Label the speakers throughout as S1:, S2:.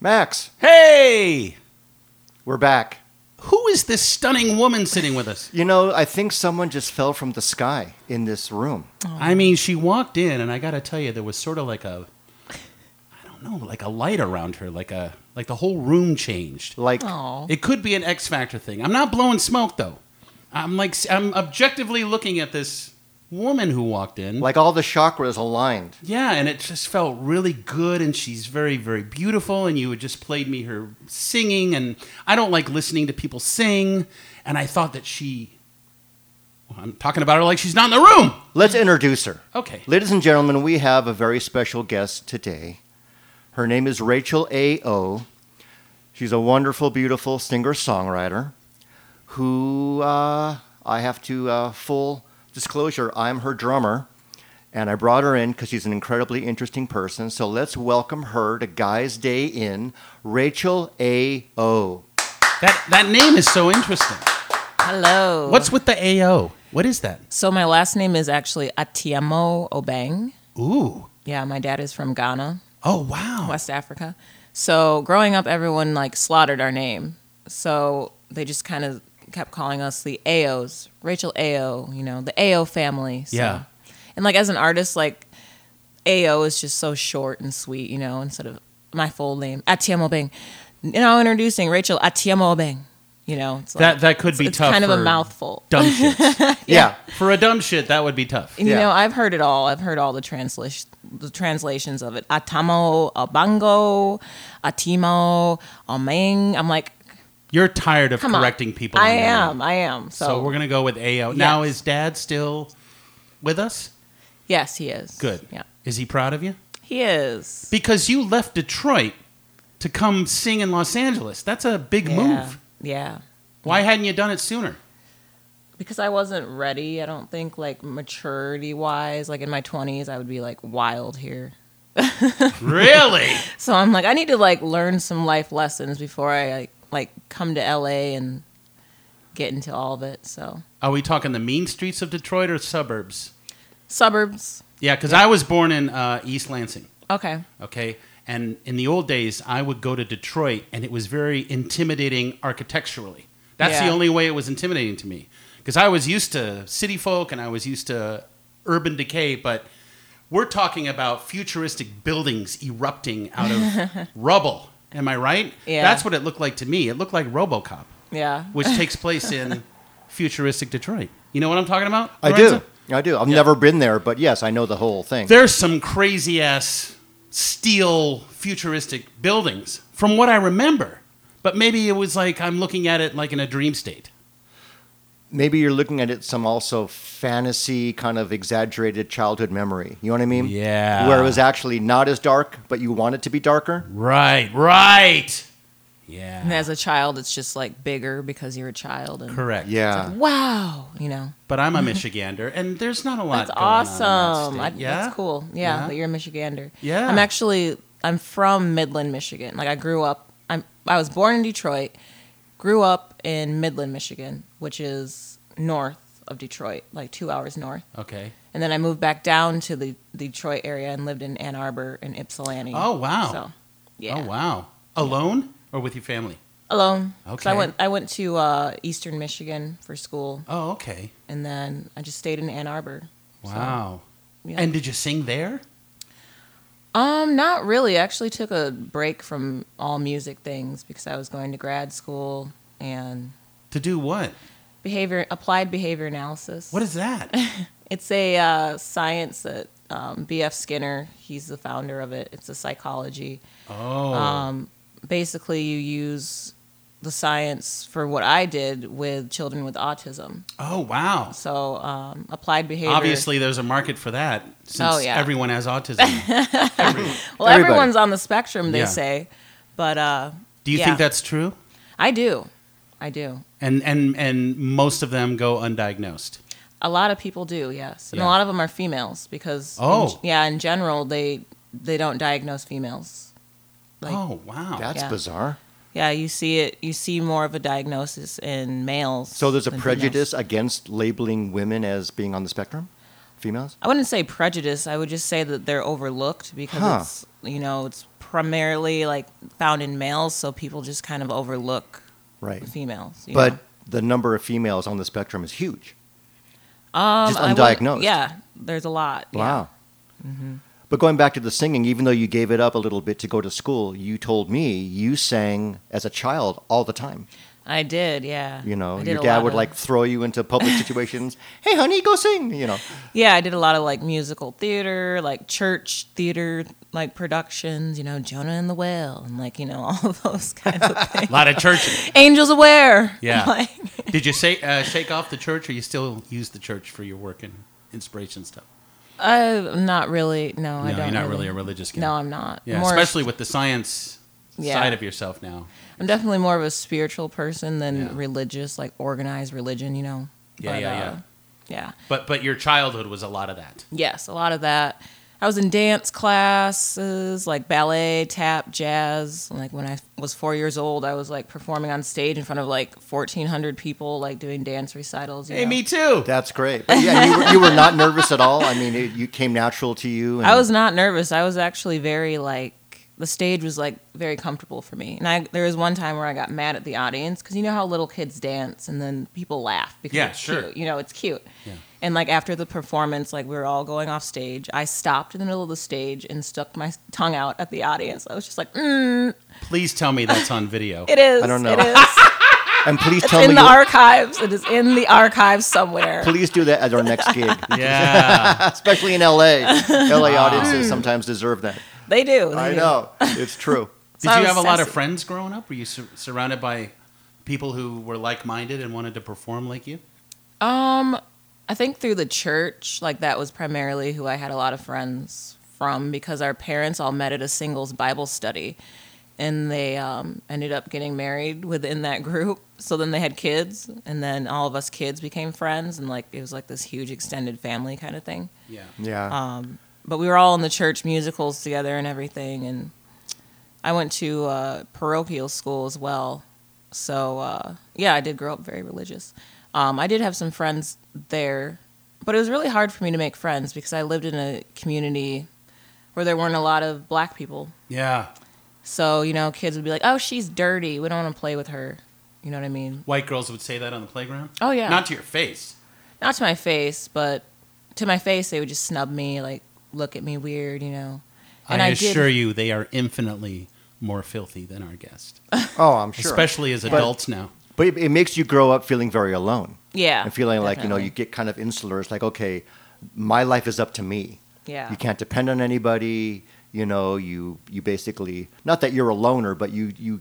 S1: Max,
S2: Hey!
S1: we're back.
S2: Who is this stunning woman sitting with us?
S1: You know, I think someone just fell from the sky in this room.
S2: I mean, she walked in, and I gotta tell you, there was sort of like a, I don't know, like a light around her, like a, like the whole room changed.
S1: Like,
S3: Oh,
S2: It could be an X Factor thing. I'm not blowing smoke though. I'm like, I'm objectively looking at this woman who walked in.
S1: like all the chakras aligned.
S2: Yeah, and it just felt really good, and she's very, very beautiful. And you had just played me her singing, and I don't like listening to people sing. And I thought that she, well, I'm talking about her like she's not in the room.
S1: Let's introduce her.
S2: Okay.
S1: Ladies and gentlemen, we have a very special guest today. Her name is Rachel A.O. She's a wonderful, beautiful singer songwriter who uh, I have to, uh, full disclosure, I'm her drummer. And I brought her in because she's an incredibly interesting person. So let's welcome her to Guys Day In, Rachel A.O.
S2: That that name is so interesting.
S3: hello.
S2: What's with the AO? What is that?
S3: so? My last name is actually Atiamo Obang.
S2: Ooh.
S3: Yeah, my dad is from Ghana,
S2: Oh wow.
S3: West Africa. So growing up, everyone like slaughtered our name. So they just kind of kept calling us the AOs, Rachel AO. You know, the AO family. So.
S2: Yeah.
S3: And like as an artist, like AO is just so short and sweet. You know, instead of my full name Atiamo Obang. Now introducing Rachel Atiamo Obang. You know, it's like,
S2: That that could be
S3: it's
S2: tough.
S3: kind of a
S2: for
S3: mouthful.
S2: Dumb shits.
S1: Yeah.
S2: for a dumb shit, that would be tough.
S3: And, You
S1: Yeah.
S3: know, I've heard it all. I've heard all the translation, the translations of it. Atamo, Abango, Atimo, Ameng. I'm like,
S2: You're tired of
S3: come
S2: correcting
S3: on.
S2: people. on
S3: I
S2: their name.
S3: am. I am. So,
S2: So, we're gonna go with AO. Now
S3: Yes.
S2: is Dad still with us?
S3: yes, he is.
S2: Good.
S3: Yeah,
S2: Is he proud of you?
S3: he is.
S2: Because you left Detroit to come sing in Los Angeles. That's a big
S3: yeah.
S2: move.
S3: Yeah.
S2: Why hadn't you done it sooner?
S3: Because I wasn't ready. I don't think like maturity wise, like in my 20s, I would be like wild here.
S2: Really?
S3: So I'm like, I need to like learn some life lessons before I like, like come to LA and get into all of it. So
S2: Are we talking the mean streets of Detroit or suburbs?
S3: suburbs.
S2: Yeah, because I was born in uh, East Lansing.
S3: Okay.
S2: okay and in the old days i would go to detroit and it was very intimidating architecturally that's the
S3: Yeah.
S2: only way it was intimidating to me because i was used to city folk and i was used to urban decay but we're talking about futuristic buildings erupting out of rubble am i right
S3: Yeah.
S2: that's what it looked like to me it looked like robocop
S3: Yeah.
S2: which takes place in futuristic detroit you know what i'm talking about
S1: I do.
S2: Lorenzo?
S1: I do. I've never been there, but yes, I know the whole thing.
S2: there's some crazy ass steel futuristic buildings from what I remember. But maybe it was like I'm looking at it like in a dream state.
S1: maybe you're looking at it some also fantasy kind of exaggerated childhood memory. You know what I mean?
S2: Yeah.
S1: Where it was actually not as dark, but you want it to be darker.
S2: Right, right.
S3: And
S2: Yeah.
S3: as a child, it's just like bigger because you're a child. And
S2: Correct.
S1: Yeah.
S3: Wow, you know
S2: But I'm a Michigander and there's not a lot.
S3: that's
S2: going on in that
S3: awesome. I,
S2: state. yeah?
S3: That's cool. Yeah,
S2: Yeah.
S3: but you're a Michigander.
S2: Yeah.
S3: I'm actually I'm from Midland, Michigan. Like I grew up. I'm I was born in Detroit, grew up in Midland, Michigan, which is north of Detroit, like two hours north.
S2: Okay.
S3: And then I moved back down to the Detroit area and lived in Ann Arbor and Ypsilanti.
S2: Oh, wow.
S3: So, yeah.
S2: Oh wow. Alone or with your family?
S3: Alone. So I
S2: Okay.
S3: went. I went to uh, Eastern Michigan for school.
S2: Oh, okay.
S3: and then I just stayed in Ann Arbor. So,
S2: Wow.
S3: yeah.
S2: And did you sing there?
S3: um, not really. I actually took a break from all music things because I was going to grad school and
S2: To do what?
S3: behavior applied behavior analysis.
S2: What is that?
S3: It's a uh, science that um, B.F. Skinner. He's the founder of it. It's a psychology.
S2: Oh.
S3: Um, basically, you use the science for what I did with children with autism.
S2: oh wow.
S3: So um, applied behavior.
S2: Obviously, there's a market for that since
S3: Oh, yeah.
S2: everyone has autism.
S3: well,
S1: Everybody.
S3: everyone's on the spectrum, they
S2: Yeah.
S3: say, but. Uh,
S2: Do you
S3: Yeah.
S2: think that's true?
S3: I do. I do.
S2: And and and most of them go undiagnosed.
S3: A lot of people do, yes. And
S2: Yeah.
S3: a lot of them are females because in-
S2: Oh.
S3: yeah, in general they they don't diagnose females. Like
S2: oh wow.
S1: That's
S3: Yeah.
S1: bizarre.
S3: yeah, you see it you see more of a diagnosis in males.
S1: So there's a
S3: than females.
S1: prejudice against labeling women as being on the spectrum? females?
S3: I wouldn't say prejudice. I would just say that they're overlooked because
S1: Huh.
S3: it's you know it's primarily like found in males, so people just kind of overlook
S1: Right.
S3: females. you
S1: But
S3: know?
S1: the number of females on the spectrum is huge.
S3: um,
S1: just
S3: I would-
S1: undiagnosed.
S3: yeah, there's a lot. yeah. Mm-hmm.
S1: Wow. But going back to the singing, even though you gave it up a little bit to go to school, you told me you sang as a child all the time.
S3: I did. Yeah,
S1: You know,
S3: I did
S1: your
S3: a
S1: dad
S3: lot
S1: would
S3: of-
S1: like throw you into public situations. hey, honey, go sing. You know,
S3: Yeah, I did a lot of like musical theater, like church theater, like productions. You know, Jonah and the Whale, and like you know all those kinds of
S2: A
S3: things.
S2: lot of churches.
S3: Angels aware.
S2: Yeah.
S3: Like,
S2: Did you say uh, shake off the church, or you still use the church for your work and inspiration stuff?
S3: uh, not really. No, I
S2: no,
S3: don't.
S2: you're not really a religious kid.
S3: No, I'm not.
S2: yeah,
S3: More-
S2: especially with the science
S3: Yeah.
S2: side of yourself now.
S3: I'm definitely more of a spiritual person than
S2: Yeah.
S3: religious, like organized religion, you know? uh,
S2: Yeah, yeah, yeah.
S3: yeah.
S2: But but your childhood was a lot of that.
S3: Yes, a lot of that. I was in dance classes, like ballet, tap, jazz. Like when I was four years old, I was like performing on stage in front of like 1,400 people, like doing dance recitals. you
S2: Hey,
S3: know?
S2: me too.
S1: that's great. But yeah, you were, you were not nervous at all. I mean, it, you came natural to you. And
S3: I was not nervous. I was actually very like the stage was like very comfortable for me. And I there was one time where I got mad at the audience because you know how little kids dance and then people laugh because
S2: Yeah,
S3: it's
S2: sure.
S3: cute. You know, it's cute.
S2: Yeah.
S3: And like after the performance, like we were all going off stage, I stopped in the middle of the stage and stuck my tongue out at the audience. I was just like, mm,
S2: Please tell me that's on video.
S3: "It is.
S1: I don't know.
S3: It is
S1: And please
S3: it's
S1: tell me.
S3: in the
S1: you-
S3: archives. It is in the archives somewhere."
S1: please do that at our next gig,
S2: yeah.
S1: especially in LA. LA
S3: Hmm.
S1: audiences sometimes deserve that.
S3: They do. They
S1: I
S3: do.
S1: know it's true.
S2: Did
S3: So I
S2: you
S3: was
S2: have a lot of
S3: sassy.
S2: friends growing up? Were you sur- surrounded by people who were like-minded and wanted to perform like you?
S3: Um, I think through the church, like that was primarily who I had a lot of friends from because our parents all met at a singles Bible study, and they um, ended up getting married within that group. So then they had kids, and then all of us kids became friends, and like it was like this huge extended family kind of thing.
S2: Yeah.
S1: Yeah.
S3: Um, but we were all in the church musicals together and everything, and I went to uh, parochial school as well. So uh, yeah, I did grow up very religious. Um, I did have some friends there, but it was really hard for me to make friends because I lived in a community where there weren't a lot of black people.
S2: Yeah.
S3: So you know, kids would be like, "Oh, she's dirty. We don't want to play with her." You know what I mean?
S2: White girls would say that on the playground.
S3: Oh, yeah.
S2: Not to your face.
S3: Not to my face, but to my face, they would just snub me, like look at me weird, you know.
S2: I,
S3: did-
S2: assure you, they are infinitely more filthy than our guest,
S1: oh, I'm sure.
S2: especially as adults now.
S1: but it, it makes you grow up feeling very alone.
S3: Yeah.
S1: and feeling like you know
S3: definitely.
S1: you get kind of insular. It's like okay, my life is up to me.
S3: Yeah.
S1: you can't depend on anybody. You know, you you basically not that you're a loner, but you you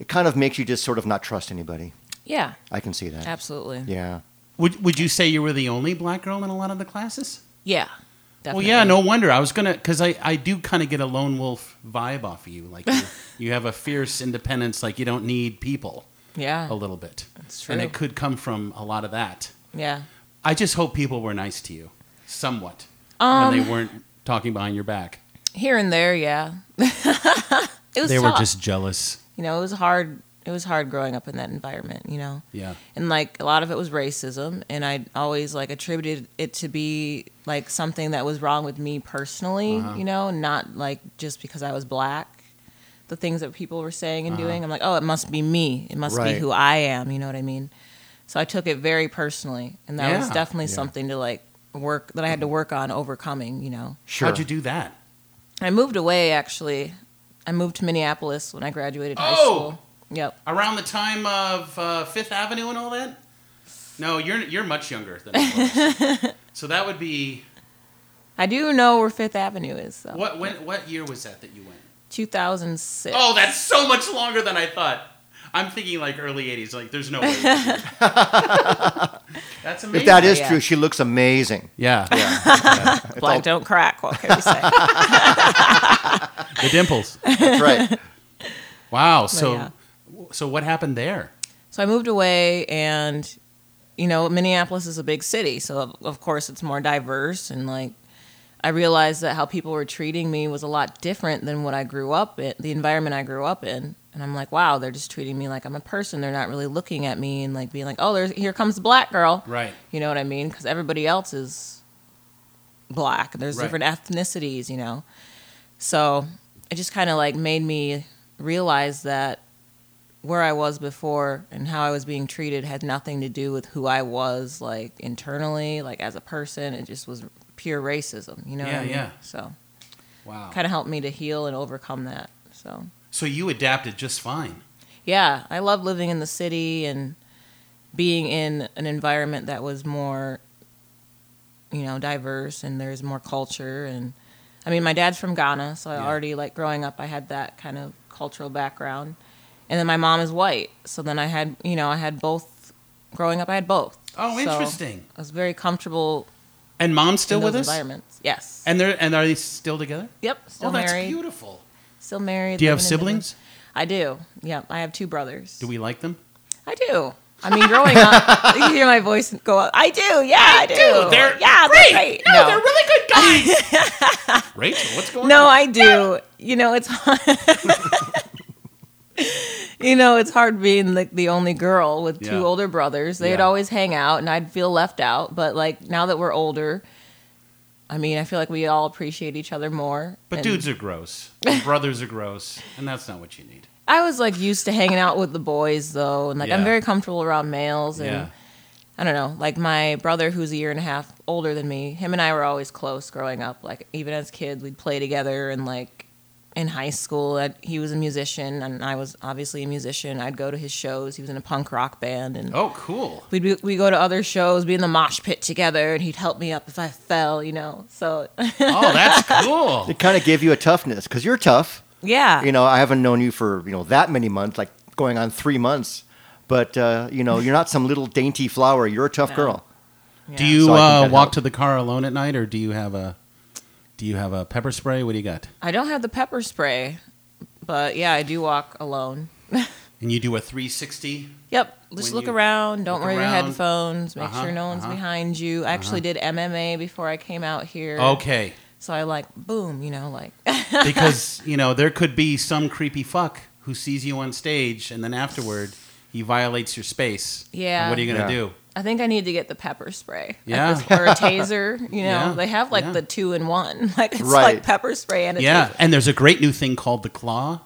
S1: it kind of makes you just sort of not trust anybody.
S3: Yeah,
S1: I can see that.
S3: absolutely. Yeah.
S1: Yeah,
S2: Would Would you say you were the only black girl in a lot of the classes?
S3: definitely.
S2: Well, yeah, no wonder. I was gonna because I I do kind of get a lone wolf vibe off of you. Like you, you have a fierce independence, like you don't need people
S3: Yeah.
S2: a little bit.
S3: That's
S2: And
S3: true.
S2: it could come from a lot of that.
S3: Yeah.
S2: I just hope people were nice to you, somewhat, when they weren't talking behind your back.
S3: Here and there, yeah. it was
S2: They
S3: tough.
S2: were just jealous.
S3: you know, it was hard it was hard growing up in that environment, you know.
S2: Yeah.
S3: And like a lot of it was racism and I always like attributed it to be like something that was wrong with me personally,
S2: Uh-huh.
S3: you know, not like just because I was black. The things that people were saying
S2: Uh-huh.
S3: and doing, I'm like, oh, it must be me. It must
S1: Right.
S3: be who I am. You know what I mean? So I took it very personally, and that was
S2: Yeah.
S3: definitely something to like work that I had to work on overcoming. You know,
S1: sure.
S2: How'd you do that?
S3: I moved away actually. I moved to Minneapolis when I graduated high
S2: Oh!
S3: school. Yep.
S2: Around the time of uh, Fifth Avenue and all that? No, you're you're much younger than I was. so that would be
S3: I do know where Fifth Avenue is though.
S2: what when what year was that that you went?
S3: 2006.
S2: Oh, that's so much longer than I thought. I'm thinking like early '80s. Like, there's no way. that's amazing.
S1: if that is
S3: Yeah.
S1: true, she looks amazing.
S2: yeah,
S3: Black don't crack. What can we say?
S2: the dimples.
S1: That's right.
S2: Wow. So,
S3: yeah.
S2: so what happened there?
S3: so I moved away, and you know, Minneapolis is a big city, so of, of course it's more diverse. And like, I realized that how people were treating me was a lot different than what I grew up in, the environment I grew up in. And I'm like, wow, they're just treating me like I'm a person. They're not really looking at me and like being like, oh, there's here comes the black girl.
S2: Right.
S3: You know what I mean? Because everybody else is black. There's
S2: Right.
S3: different ethnicities, you know. So it just kind of like made me realize that where I was before and how I was being treated had nothing to do with who I was, like internally, like as a person. It just was pure racism, you know. what
S2: Yeah,
S3: I mean?
S2: yeah.
S3: So
S2: Wow.
S3: kind of helped me to heal and overcome that. So
S2: So you adapted just fine.
S3: yeah, I love living in the city and being in an environment that was more, you know, diverse and there's more culture. And I mean, my dad's from Ghana, so I
S2: Yeah.
S3: already, like, growing up, I had that kind of cultural background. And then my mom is white. So then I had, you know, I had both. Growing up, I had both.
S2: Oh,
S3: So
S2: interesting.
S3: I was very comfortable
S2: And mom's still
S3: in
S2: with
S3: those
S2: us.
S3: environments. Yes.
S2: And they're and are they still together?
S3: yep. Still
S2: oh, that's
S3: married.
S2: beautiful.
S3: Still married.
S2: Do you have
S3: living in Denver.
S2: siblings?
S3: I do. Yep. I have two brothers.
S2: Do we like them?
S3: I do. I mean, growing up, you hear my voice go up. I do. Yeah, I, do.
S2: They're
S3: yeah, great. They're great. No,
S2: really good guys. Rachel, what's going
S3: no,
S2: on?
S3: I do. You know, it's you know, it's hard being like the only girl with two
S2: Yeah.
S3: older brothers. They'd
S2: Yeah.
S3: always hang out, and I'd feel left out. But like now that we're older, I mean, I feel like we all appreciate each other more.
S2: But
S3: and-
S2: dudes are gross. And brothers are gross, and that's not what you need.
S3: I was like used to hanging out with the boys though, and like I'm
S2: Yeah.
S3: very comfortable around males. And
S2: Yeah.
S3: I don't know, like my brother who's a year and a half older than me, him and I were always close growing up. Like even as kids, we'd play together, and like in high school, i he was a musician, and I was obviously a musician. I'd go to his shows. He was in a punk rock band, and
S2: Oh, cool.
S3: we'd be, we go to other shows, be in the mosh pit together, and he'd help me up if I fell, you know. So
S2: Oh, that's cool.
S1: It kind of gave you a toughness because you're tough.
S3: yeah,
S1: You know, I haven't known you for you know that many months, like going on three months. But uh, you know, you're not some little dainty flower. You're a tough
S3: No.
S1: girl.
S2: Do
S3: Yeah.
S2: you
S1: So I think
S2: uh,
S1: that
S2: walk
S1: helped.
S2: to the car alone at night, or do you have a do you have a pepper spray? What do you got?
S3: I don't have the pepper spray, but yeah, I do walk alone.
S2: And you do a three sixty.
S3: Yep. Just
S2: When
S3: look
S2: you
S3: around. Don't
S2: look
S3: wear your
S2: around.
S3: headphones. Make
S2: Uh-huh,
S3: sure no one's
S2: uh-huh.
S3: behind you. I actually did MMA before I came out here.
S2: Okay,
S3: So I like boom, you know, like
S2: because you know there could be some creepy fuck who sees you on stage, and then afterward he violates your space. And
S3: Yeah.
S2: what are you gonna
S1: Yeah.
S2: do?
S3: I think I need to get the pepper spray. at
S2: Yeah.
S3: this- or a taser. You know,
S2: Yeah,
S3: they have like
S2: yeah.
S3: the two in one. Like it's
S1: Right.
S3: like pepper spray and a
S2: Yeah,
S3: taser.
S2: and there's a great new thing called the claw,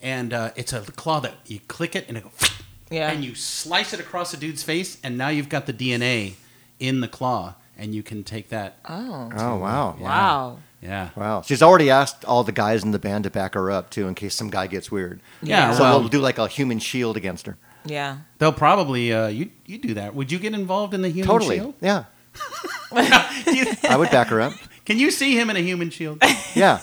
S2: and uh, it's a claw that you click it and it goes,
S3: Yeah.
S2: and you slice it across a dude's face, and now you've got the DNA in the claw, and you can take that.
S3: Oh.
S1: Oh wow,
S2: Yeah.
S3: Wow.
S2: Yeah,
S1: wow. She's already asked all the guys in the band to back her up too, in case some guy gets weird.
S2: Yeah,
S1: So
S2: well-
S1: we'll do like a human shield against her.
S3: Yeah.
S2: they'll probably uh, you you do that. Would you get involved in the human
S1: Totally.
S2: shield?
S1: Yeah.
S2: Do you-
S1: I would back her up.
S2: can you see him in a human shield?
S1: Yeah.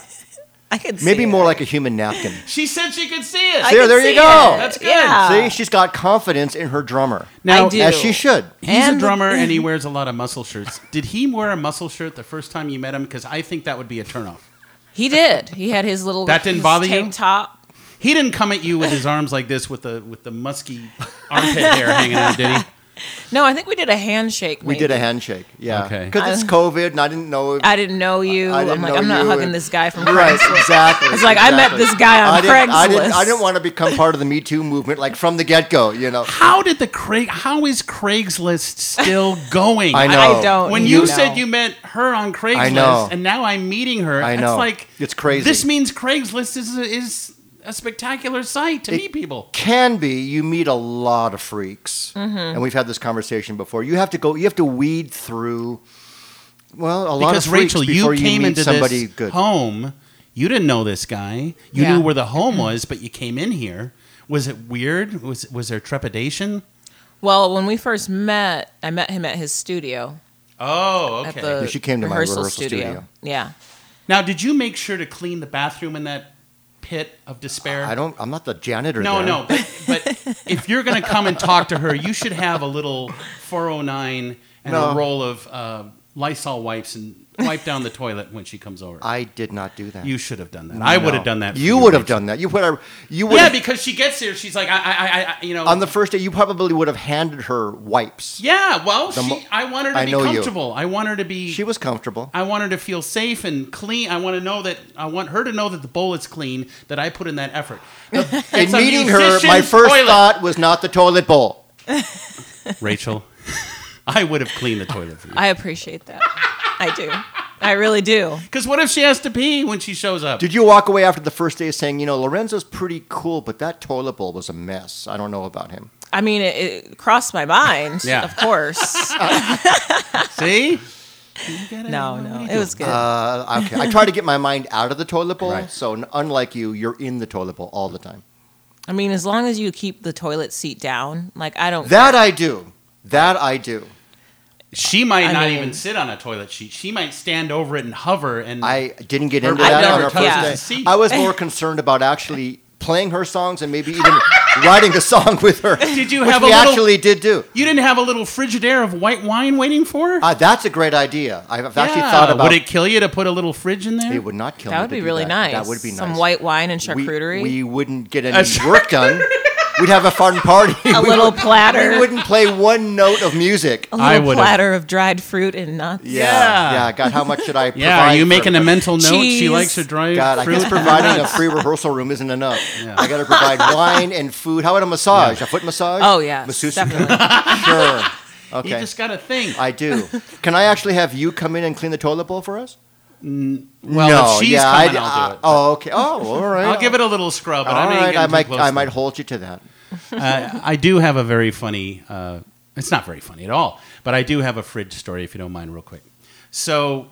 S3: I could
S1: Maybe
S3: see
S1: more
S3: it.
S1: like a human napkin.
S2: she said she could see it.
S3: I
S1: There-
S3: could
S1: there you
S3: see
S1: go.
S3: it.
S2: That's good.
S3: Yeah.
S1: See, she's got confidence in her drummer.
S2: now,
S3: I do.
S1: As she should.
S2: He's a
S3: And-
S2: drummer and he wears a lot of muscle shirts. Did he wear a muscle shirt the first time you met him? Because I think that would be a turnoff.
S3: He did. He had his little
S2: That didn't
S3: his
S2: bother you?
S3: tank top.
S2: He didn't come at you with his arms like this with the with the musky armpit hair hanging out, did he?
S3: No, I think we did a handshake.
S1: We did a
S3: maybe.
S1: handshake. Yeah.
S2: Okay.
S1: Because it's COVID and I didn't know.
S3: I didn't know you.
S1: I
S3: I
S1: didn't
S3: am like,
S1: know
S3: I'm not
S1: you
S3: hugging
S1: and-
S3: this guy from
S1: Right, exactly.
S3: It's like, I met
S1: exactly.
S3: this guy on
S1: I didn't, I didn't,
S3: Craigslist.
S1: I didn't want to become part of the Me Too movement, like from the get go, you know.
S2: How did the Craig? How is Craigslist still going?
S1: I know.
S3: I don't.
S2: When
S3: need
S2: you
S3: to
S2: said
S3: know.
S2: you met her on Craigslist,
S1: know.
S2: and now I'm meeting her,
S1: I
S2: It's
S1: know.
S2: like
S1: It's crazy.
S2: This means Craigslist is a, is a spectacular site to
S1: It-
S2: meet people.
S1: Can be. You meet a lot of freaks.
S2: Mm-hmm.
S1: And we've had this conversation before. You have to go, you have to weed through, well, a lot of
S2: Because
S1: freaks
S2: Rachel, you
S1: before you,
S2: came
S1: meet
S2: into
S1: somebody
S2: this
S1: good.
S2: home. You didn't know this guy. You
S3: Yeah.
S2: knew where the home was, but you came in here. Was it weird? Was was there trepidation?
S3: Well, when we first met, I met him at his studio.
S2: Oh,
S3: At
S2: okay.
S3: the
S1: She came to my
S3: rehearsal,
S1: rehearsal
S3: studio.
S1: studio.
S3: Yeah.
S2: Now, did you make sure to clean the bathroom in that pit of despair?
S1: I don't, I'm not the janitor.
S2: No,
S1: there.
S2: no. But, but if you're going to come and talk to her, you should have a little 409 and
S1: No.
S2: a roll of uh, Lysol wipes and wipe down the toilet when she comes over.
S1: I did not do that.
S2: you should have done that. I would
S1: No.
S2: have done that. for
S1: You would have
S2: Rachel.
S1: done that. You would have, you would
S2: Yeah,
S1: have,
S2: because she gets here, she's like, I, I, I, I you know.
S1: on the first day, you probably would have handed her wipes.
S2: yeah, well,
S1: The mo-
S2: she, I want her to
S1: I
S2: be
S1: know you.
S2: comfortable. I want her to be.
S1: She was comfortable.
S2: I want her to feel safe and clean. I want to know that I want her to know that the bowl is clean that I put in that effort.
S1: In
S2: a
S1: meeting her, my
S2: musician's
S1: first
S2: toilet.
S1: thought was not the toilet bowl.
S2: Rachel, I would have cleaned the toilet for you.
S3: I appreciate that. I do. I really do.
S2: Because what if she has to pee when she shows up?
S1: Did you walk away after the first day saying, you know, Lorenzo's pretty cool, but that toilet bowl was a mess. I don't know about him.
S3: I mean, it, it crossed my mind,
S2: Yeah.
S3: of course.
S2: See?
S3: no, no, it was good.
S1: Uh, okay. I try to get my mind out of the toilet bowl.
S2: Right.
S1: So n- unlike you, you're in the toilet bowl all the time.
S3: I mean, as long as you keep the toilet seat down, like I don't.
S1: That I do. That I do.
S2: She might
S3: I
S2: not
S3: mean-
S2: even sit on a toilet sheet. She might stand over it and hover and
S1: I didn't get
S2: Her
S1: into
S2: mom
S1: that on
S2: never
S1: our
S2: touches
S3: the
S1: first day.
S2: seat.
S1: I was more concerned about actually playing her songs and maybe even writing a song with her.
S2: Did you
S1: which
S2: have a
S1: we
S2: little-
S1: actually did do.
S2: You didn't have a little frigidaire of white wine waiting for her?
S1: Uh, that's a great idea. I've I've actually
S2: Yeah.
S1: thought about
S2: Uh, Would it kill you to put a little fridge in there?
S1: It would not kill me
S3: that would
S1: to
S3: be
S1: do
S3: really
S1: that.
S3: nice.
S1: That would be nice.
S3: Some white wine and
S1: We-
S3: charcuterie.
S1: We, wouldn't get
S2: A
S1: any
S2: charcuterie.
S1: work done. We'd have a fun party.
S3: a
S1: We
S3: little
S1: would-
S3: platter.
S1: We wouldn't play one note of music.
S3: a
S2: I
S3: little
S2: would've-
S3: platter of dried fruit and nuts.
S1: Yeah.
S2: Yeah.
S1: Yeah. God, how much should I provide?
S2: yeah, are you
S1: for
S2: making a
S1: everybody?
S2: mental note? She
S3: Cheese.
S2: likes to drive
S1: God, I
S2: fruit.
S1: guess providing a free rehearsal room isn't enough. I got to provide wine and food. How about a massage? A foot massage?
S3: Oh yeah,
S1: Masseuse?
S3: definitely.
S1: Sure.
S2: You
S1: Okay. Uh,
S2: just got a thing.
S1: I do. Can I actually have you come in and clean the toilet bowl for us?
S2: well,
S1: no.
S2: Oh, if she's
S1: yeah,
S2: coming,
S1: I,
S2: I'll do it.
S1: Oh, okay. Oh, all right.
S2: I'll give it a little scrub, but
S1: All
S2: I'm not
S1: right.
S2: getting
S1: I
S2: too
S1: might.
S2: close
S1: I
S2: to
S1: might
S2: it.
S1: hold you to that.
S2: uh, I do have a very funny. Uh, it's not very funny at all, but I do have a fridge story if you don't mind, real quick. So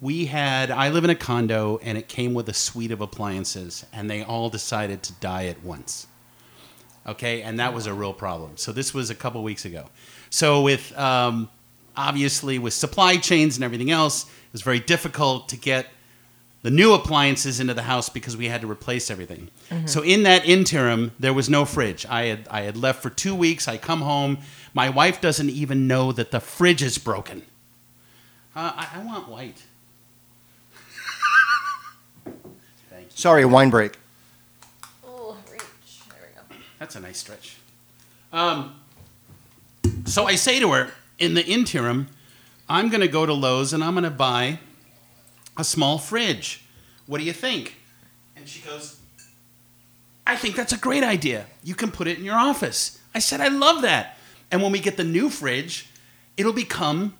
S2: we had. I live in a condo, and it came with a suite of appliances, and they all decided to die at once. Okay, and that was a real problem. So this was a couple weeks ago. So with um, obviously with supply chains and everything else, it was very difficult to get the new appliances into the house because we had to replace everything. So in that interim, there was no fridge. I had I had left for 2 weeks. I come home. My wife doesn't even know that the fridge is broken. Uh, I, I want white. Thank you.
S1: Sorry, wine break.
S2: That's a nice stretch. Um, so I say to her, in the interim, I'm going to go to Lowe's and I'm going to buy a small fridge. What do you think? And she goes, I think that's a great idea. You can put it in your office. I said, I love that. And when we get the new fridge, it'll become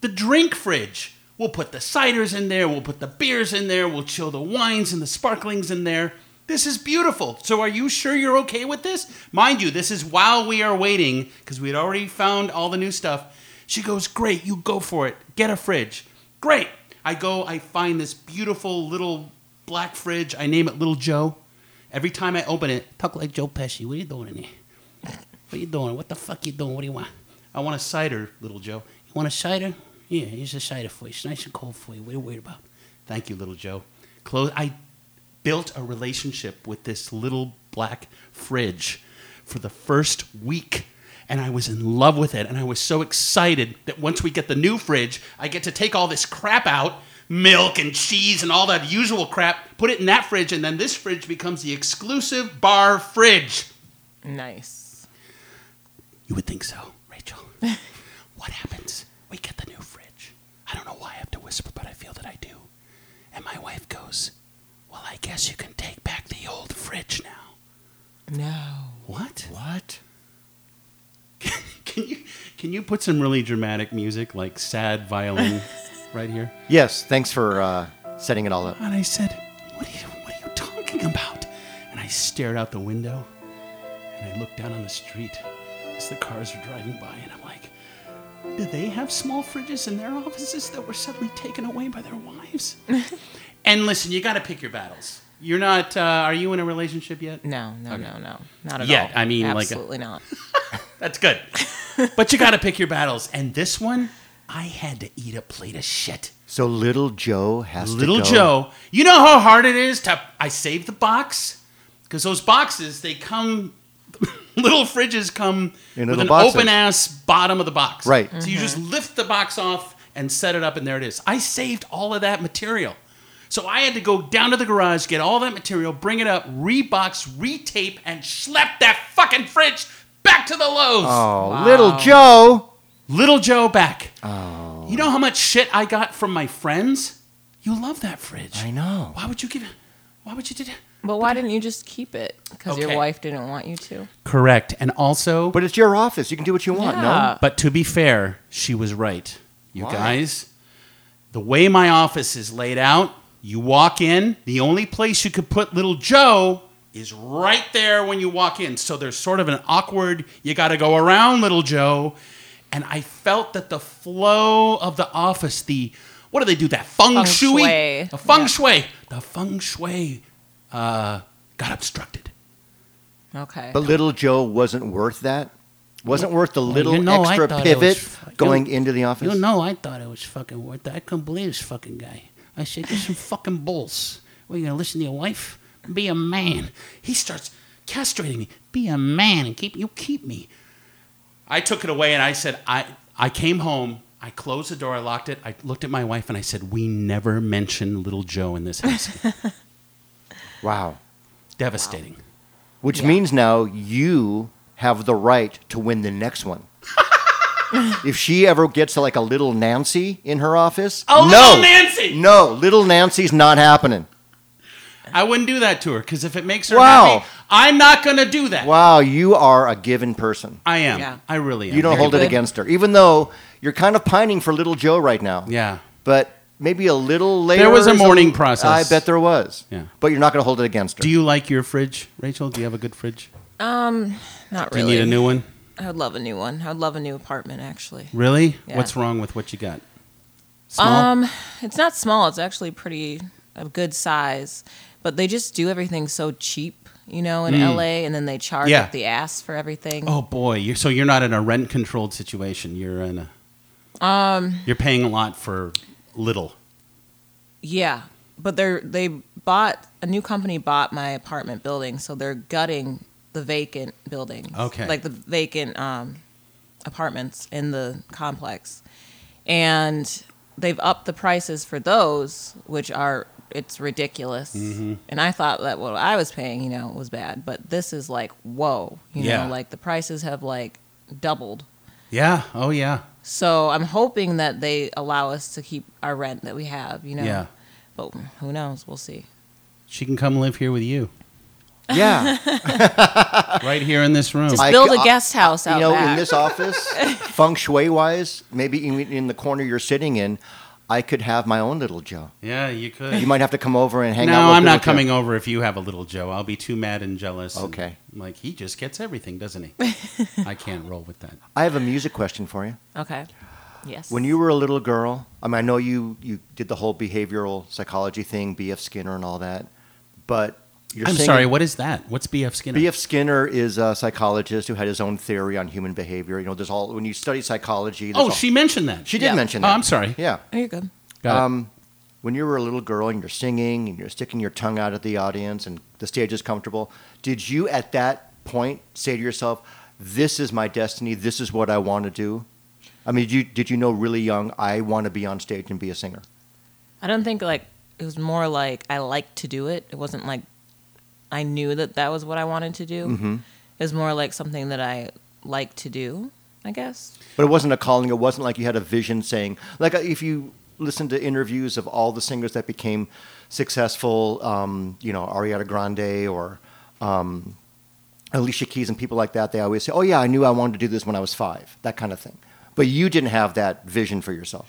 S2: the drink fridge. We'll put the ciders in there, we'll put the beers in there, we'll chill the wines and the sparklings in there. This is beautiful. So, are you sure you're okay with this? Mind you, this is while we are waiting because we had already found all the new stuff. She goes, Great, you go for it. Get a fridge. Great. I go, I find this beautiful little black fridge. I name it Little Joe. Every time I open it, talk like Joe Pesci. What are you doing in here? What you doing? What the fuck you doing? What do you want? I want a cider, little Joe. You want a cider? Yeah, here's a cider for you. It's nice and cold for you. What are you worried about? Thank you, little Joe. Close. I built a relationship with this little black fridge for the first week. And I was in love with it. And I was so excited that once we get the new fridge, I get to take all this crap out milk and cheese and all that usual crap, put it in that fridge. And then this fridge becomes the exclusive bar fridge.
S3: Nice.
S2: You would think so, Rachel. what happens? We get the new fridge. I don't know why I have to whisper, but I feel that I do. And my wife goes, Well, I guess you can take back the old fridge now.
S3: No.
S2: What? What? can you can you put some really dramatic music like sad violin right here?
S1: Yes. Thanks for uh, setting it all up.
S2: And I said, what are, you, what are you talking about? And I stared out the window and I looked down on the street as the cars were driving by and I'm like, do they have small fridges in their offices that were suddenly taken away by their wives? and listen, you got to pick your battles. You're not, uh, are you in a relationship yet?
S3: No, no, no, no, not at
S2: Yeah,
S3: all.
S2: I mean, like a-
S3: absolutely not.
S2: That's good. but you got to pick your battles. And this one, I had to eat a plate of shit.
S1: So little Joe has
S2: Little
S1: to go.
S2: Joe. You know how hard it is to. I saved the box because those boxes they come. little fridges come
S1: In
S2: with
S1: little
S2: an
S1: boxes.
S2: open ass bottom of the box.
S1: Right.
S2: So you just lift the box off and set it up, and there it is. I saved all of that material. So I had to go down to the garage, get all that material, bring it up, rebox, retape, and slap that fucking fridge back to the Lowe's.
S1: Oh, little Joe.
S2: Little Joe back. Oh. You know how much shit I got from my friends? You love that fridge.
S1: I know.
S2: Why would you give? Why would you do that?
S3: But why didn't you just keep it? Because your
S2: Okay.
S3: wife didn't want you to.
S2: Correct, and also, but, uh,
S1: But it's your office. You can do what you want.
S3: Yeah.
S2: to be fair, she was right. You
S1: Why?
S2: guys, the way my office is laid out, you walk in, the only place you could put little Joe is right there when you walk in. So there's sort of an awkward, you got to go around little Joe. And I felt that the flow of the office, the what do they do that feng,
S3: Feng
S2: shui,
S3: shui.
S2: the feng
S3: Yeah.
S2: shui, the feng shui uh, got obstructed.
S3: Okay.
S1: But little Joe wasn't worth that. Wasn't worth the little
S2: you know, I
S1: extra
S2: thought it was
S1: pivot
S2: f- you-
S1: going into the office.
S2: You know, I thought it was fucking worth it. I couldn't believe this fucking guy. I said, "Get some fucking bulls. What, you gonna listen to your wife? Be a man." He starts castrating me. Be a man and keep you keep me. I took it away and I said, "I I came home." I closed the door. I locked it. I looked at my wife and I said, "We never mention little Joe in this house."
S1: Wow.
S2: Devastating.
S1: Which means now you have the right to win the next one. if she ever gets like a little Nancy in her office,
S2: Oh,
S1: no,
S2: little Nancy!
S1: no, little Nancy's not happening.
S2: I wouldn't do that to her because if it makes her
S1: Wow.
S2: happy, I'm not gonna do that.
S1: Wow, you are a given person.
S2: I am.
S3: Yeah.
S2: I really am.
S1: You don't
S2: Very
S1: hold it
S3: good.
S1: against her, even though you're kind of pining for little Joe right now.
S2: Yeah.
S1: but maybe a little later.
S2: was a
S1: is
S2: mourning process.
S1: I bet there was.
S2: Yeah.
S1: but you're not going to hold it against her.
S2: Do you like your fridge, Rachel? Do you have a good fridge?
S3: Um, Not
S2: Do
S3: really.
S2: you need a new one?
S3: I would love a new one. I would love a new apartment actually.
S2: Really?
S3: Yeah.
S2: What's wrong with what you got? Small.
S3: Um, it's not small. It's actually pretty a good size, but they just do everything so cheap, you know, in LA, and then they charge
S2: Hmm. Yeah.
S3: up the ass for everything.
S2: oh boy, you're, so you're not in a rent-controlled situation. You're in a. Um. You're paying a lot for little.
S3: Yeah, but they're they bought a new company bought my apartment building, so they're gutting the vacant buildings.
S2: Okay.
S3: like the vacant um, apartments in the complex, and they've upped the prices for those, which are it's ridiculous.
S2: Mm-hmm.
S3: And I thought that what I was paying, you know, was bad, but this is like whoa, you
S2: Yeah.
S3: know, like the prices have like doubled.
S2: Yeah. Oh yeah.
S3: So I'm hoping that they allow us to keep our rent that we have, you know.
S2: Yeah.
S3: But who knows? We'll see.
S2: She can come live here with you,
S1: yeah,
S2: right here in this room.
S3: Just
S1: I-
S3: build a
S1: I-
S3: guest house out
S1: you know,
S3: back.
S1: in this office, feng shui wise, maybe even in the corner you're sitting in, I could have my own little Joe.
S2: yeah, you could.
S1: You might have to come over and hang
S2: no,
S1: out. with
S2: I'm
S1: little
S2: not
S1: Joe.
S2: coming over if you have a little Joe. I'll be too mad and jealous. and,
S1: Okay.
S2: like he just gets everything, doesn't he? I can't roll with that.
S1: I have a music question for you.
S3: okay. Yes.
S1: When you were a little girl, I mean, I know you you did the whole behavioral psychology thing, B.F. Skinner, and all that, but you're
S2: I'm
S1: singing-
S2: sorry. What is that? What's BF Skinner?
S1: B.F. Skinner is a psychologist who had his own theory on human behavior. You know, there's all when you study psychology. there's
S2: Oh,
S1: all-
S2: she mentioned that.
S1: she did
S3: Yeah.
S1: mention
S2: Oh,
S1: that.
S2: I'm sorry.
S1: Yeah, Um,
S3: oh, you're good.
S2: Got it.
S1: when you were a little girl and you're singing and you're sticking your tongue out at the audience and the stage is comfortable, did you at that point say to yourself, "This is my destiny. This is what I want to do"? I mean, did you did you know really young I want to be on stage and be a singer?
S3: I don't think like it was more like I liked to do it. It wasn't like I knew that that was what I wanted to do. It was more like something that I liked to do. I guess.
S1: But it wasn't a calling. It wasn't like you had a vision saying, like uh, if you listen to interviews of all the singers that became successful, um, you know, Ariana Grande or um, Alicia Keys and people like that, they always say, oh, yeah, I knew I wanted to do this when I was five, that kind of thing. But you didn't have that vision for yourself.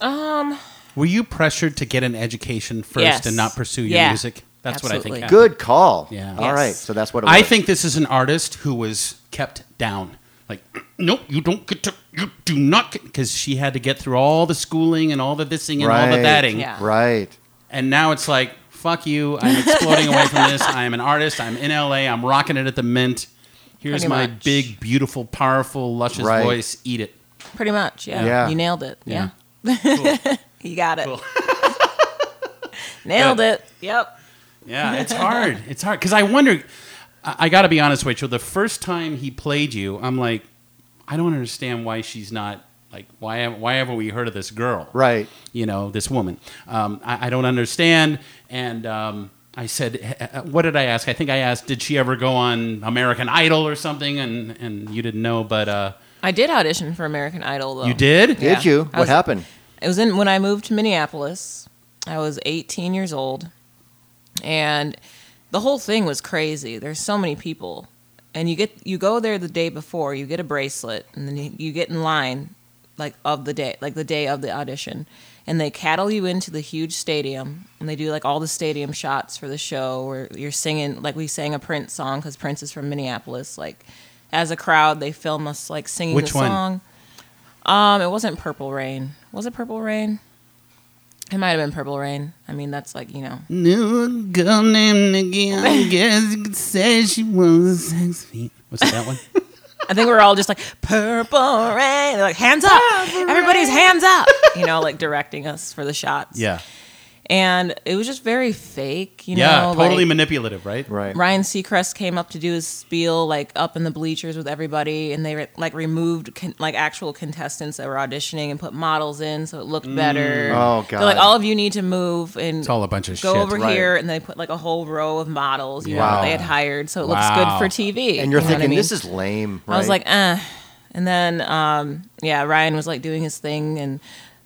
S3: Um.
S2: Were you pressured to get an education first
S3: Yes.
S2: and not pursue your
S3: Yeah.
S2: music? That's what I
S3: Absolutely.
S2: think. happened.
S1: Good call.
S2: Yeah.
S1: All
S3: Yes.
S1: right. So that's what it was.
S2: I think this is an artist who was kept down. Like, nope, you don't get to, you do not get, because she had to get through all the schooling and all the thising and all the
S1: Right.
S2: thatting.
S3: Yeah.
S1: Right.
S2: And now it's like, fuck you, I'm exploding away from this. I am an artist. I'm in LA. I'm rocking it at the mint. Here's
S3: Pretty
S2: my
S3: much.
S2: big, beautiful, powerful, luscious
S1: Right.
S2: voice. Eat it.
S3: Pretty much. Yeah.
S1: Yeah.
S3: You nailed it. Yeah.
S2: Yeah. Cool.
S3: You got it.
S2: Cool.
S3: nailed
S2: Good.
S3: it. Yep.
S2: Yeah, it's hard. It's hard because I wonder. I, I got to be honest, Rachel. The first time he played you, I'm like, I don't understand why she's not like why have- why haven't we heard of this girl?
S1: Right.
S2: You know, this woman. Um, I, I don't understand. And um, I said, h- h- what did I ask? I think I asked, did she ever go on American Idol or something? And and you didn't know, but uh,
S3: I did audition for American Idol though.
S2: you did.
S3: Yeah.
S1: Did you?
S3: I
S1: What
S3: was-
S1: happened?
S3: It was in when I moved to Minneapolis. I was 18 years old, and the whole thing was crazy. There's so many people, and you get you go there the day before. You get a bracelet, and then you, you get in line like of the day, like the day of the audition, and they cattle you into the huge stadium, and they do like all the stadium shots for the show where you're singing, like we sang a Prince song because Prince is from Minneapolis. Like as a crowd, they film us like singing
S2: Which
S3: the
S2: one?
S3: song. Um, it wasn't Purple Rain. Was it Purple Rain? It might have been Purple Rain. I mean, that's like you know.
S2: New girl named Nikki. I guess you could say she was six feet. What's that one?
S3: I think we're all just like purple rain. They're like hands up, everybody's hands up. You know, like directing us for the shots.
S2: yeah.
S3: and it was just very fake. You
S2: Yeah.
S3: know,
S2: totally
S3: like,
S2: manipulative, right?
S1: Right.
S3: Ryan Seacrest came up to do his spiel like up in the bleachers with everybody, and they re- like removed con- like actual contestants that were auditioning and put models in, so it looked better.
S1: Oh,
S3: They're like
S1: God.
S3: all of you need to move and
S2: Mm. It's all a bunch of
S3: go
S2: shit.
S3: over
S1: right.
S3: here, and they put like a whole row of models you know,
S1: Wow.
S3: that they had hired, so it
S2: Wow.
S3: looks good for TV.
S1: And you're
S3: you know what I
S1: thinking,
S3: mean?
S1: this is lame. Right?
S3: I was like, eh. And then, um, yeah, Ryan was like doing his thing and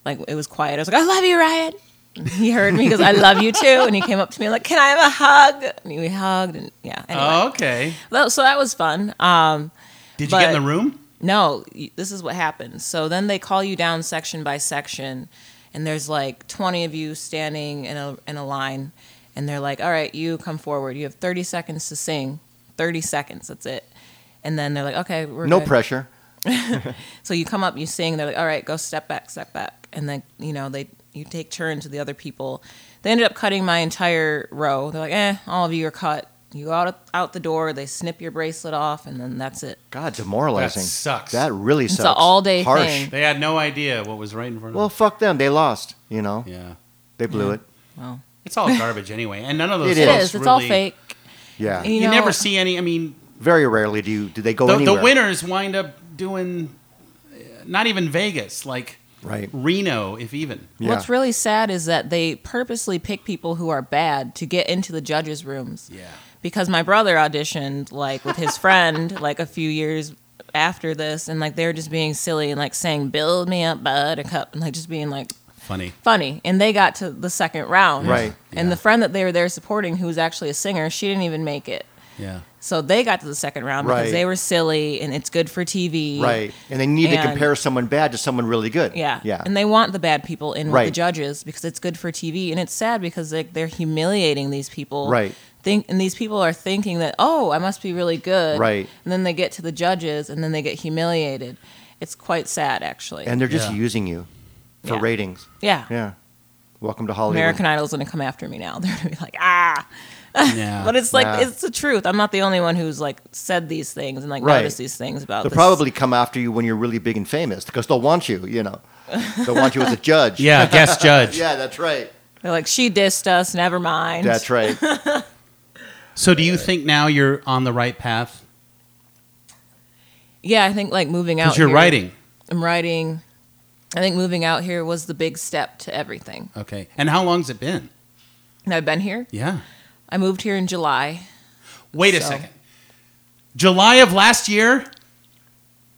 S3: like it was quiet. I was like, I love you, Ryan. And he heard me because I love you too. And he came up to me like, can I have a hug? And we hugged and yeah. Anyway.
S2: Oh, okay.
S3: Tho- So that was fun. Um,
S2: Did you
S3: But-
S2: get in the room?
S3: no, y- this is what happens. So then they call you down section by section, and there's like 20 of you standing in a, in a line, and they're like, all right, you come forward. You have 30 seconds to sing. 30 seconds, that's it. And then they're like, okay, we're
S1: no
S3: good.
S1: pressure.
S3: So you come up, you sing. They're like, "All right, go step back, step back," and then you know they you take turns to the other people. They ended up cutting my entire row. They're like, "Eh, all of you are cut." You go out out the door. They snip your bracelet off, and then that's it.
S1: God, demoralizing.
S2: That sucks.
S1: That really
S3: It's
S1: sucks.
S3: an all-day
S1: Harsh.
S3: thing.
S2: They had no idea what was right in front of
S1: Well,
S2: them.
S1: fuck them. They lost. You know,
S2: Yeah.
S1: they blew it.
S3: Well,
S2: It's all garbage anyway. And none of those
S1: It
S3: it
S1: Well,
S2: folks
S3: is. It's all
S2: really-
S3: fake.
S1: Yeah.
S3: You
S2: You,
S3: know-
S2: never see any. I mean,
S1: Very rarely do you do they go
S2: the, the
S1: anywhere.
S2: winners wind up doing uh, not even Vegas, like
S1: Right.
S2: Reno, if even.
S1: Yeah.
S3: What's really sad is that they purposely pick people who are bad to get into the judges' rooms.
S2: Yeah.
S3: because my brother auditioned like with his friend like a few years after this and like they were just being silly and like saying build me up buttercup and like just being like
S2: Funny.
S3: funny and they got to the second round
S1: Right.
S3: and the friend that they were there supporting who was actually a singer she didn't even make it
S2: Yeah.
S3: so they got to the second round
S1: Right.
S3: because they were silly and it's good for tv
S1: Right. And they need to
S3: And-
S1: compare someone bad to someone really good.
S3: yeah.
S1: Yeah.
S3: And they want the bad people in with the
S1: Right.
S3: judges because it's good for TV. And it's sad because like they're humiliating these people.
S1: Right.
S3: Think and these people are thinking that, oh, I must be really good.
S1: Right.
S3: And then they get to the judges and then they get humiliated. It's quite sad actually.
S1: and they're just
S2: Yeah.
S1: using you for
S3: Yeah.
S1: ratings.
S3: yeah.
S1: Yeah. Welcome to Hollywood.
S3: American Idol's gonna come after me now. They're gonna be like, ah
S2: Yeah.
S3: but it's like
S1: Yeah.
S3: it's the truth. I'm not the only one who's like said these things and like
S1: Right.
S3: noticed these things about
S1: They'll
S3: this.
S1: probably come after you when you're really big and famous because they'll want you, you know. They'll want you as a judge.
S2: yeah, guest judge.
S1: Yeah, that's right.
S3: They're like, She dissed us, never mind.
S1: That's right.
S2: So do you think now you're on the right path?
S3: Yeah, I think like moving out
S2: Because you're
S3: here-
S2: writing.
S3: I'm writing. I think moving out here was the big step to everything.
S2: Okay. And how long's it been?
S3: And I've been here.
S2: Yeah.
S3: I moved here in July.
S2: Wait a
S3: So-
S2: second. July of last year?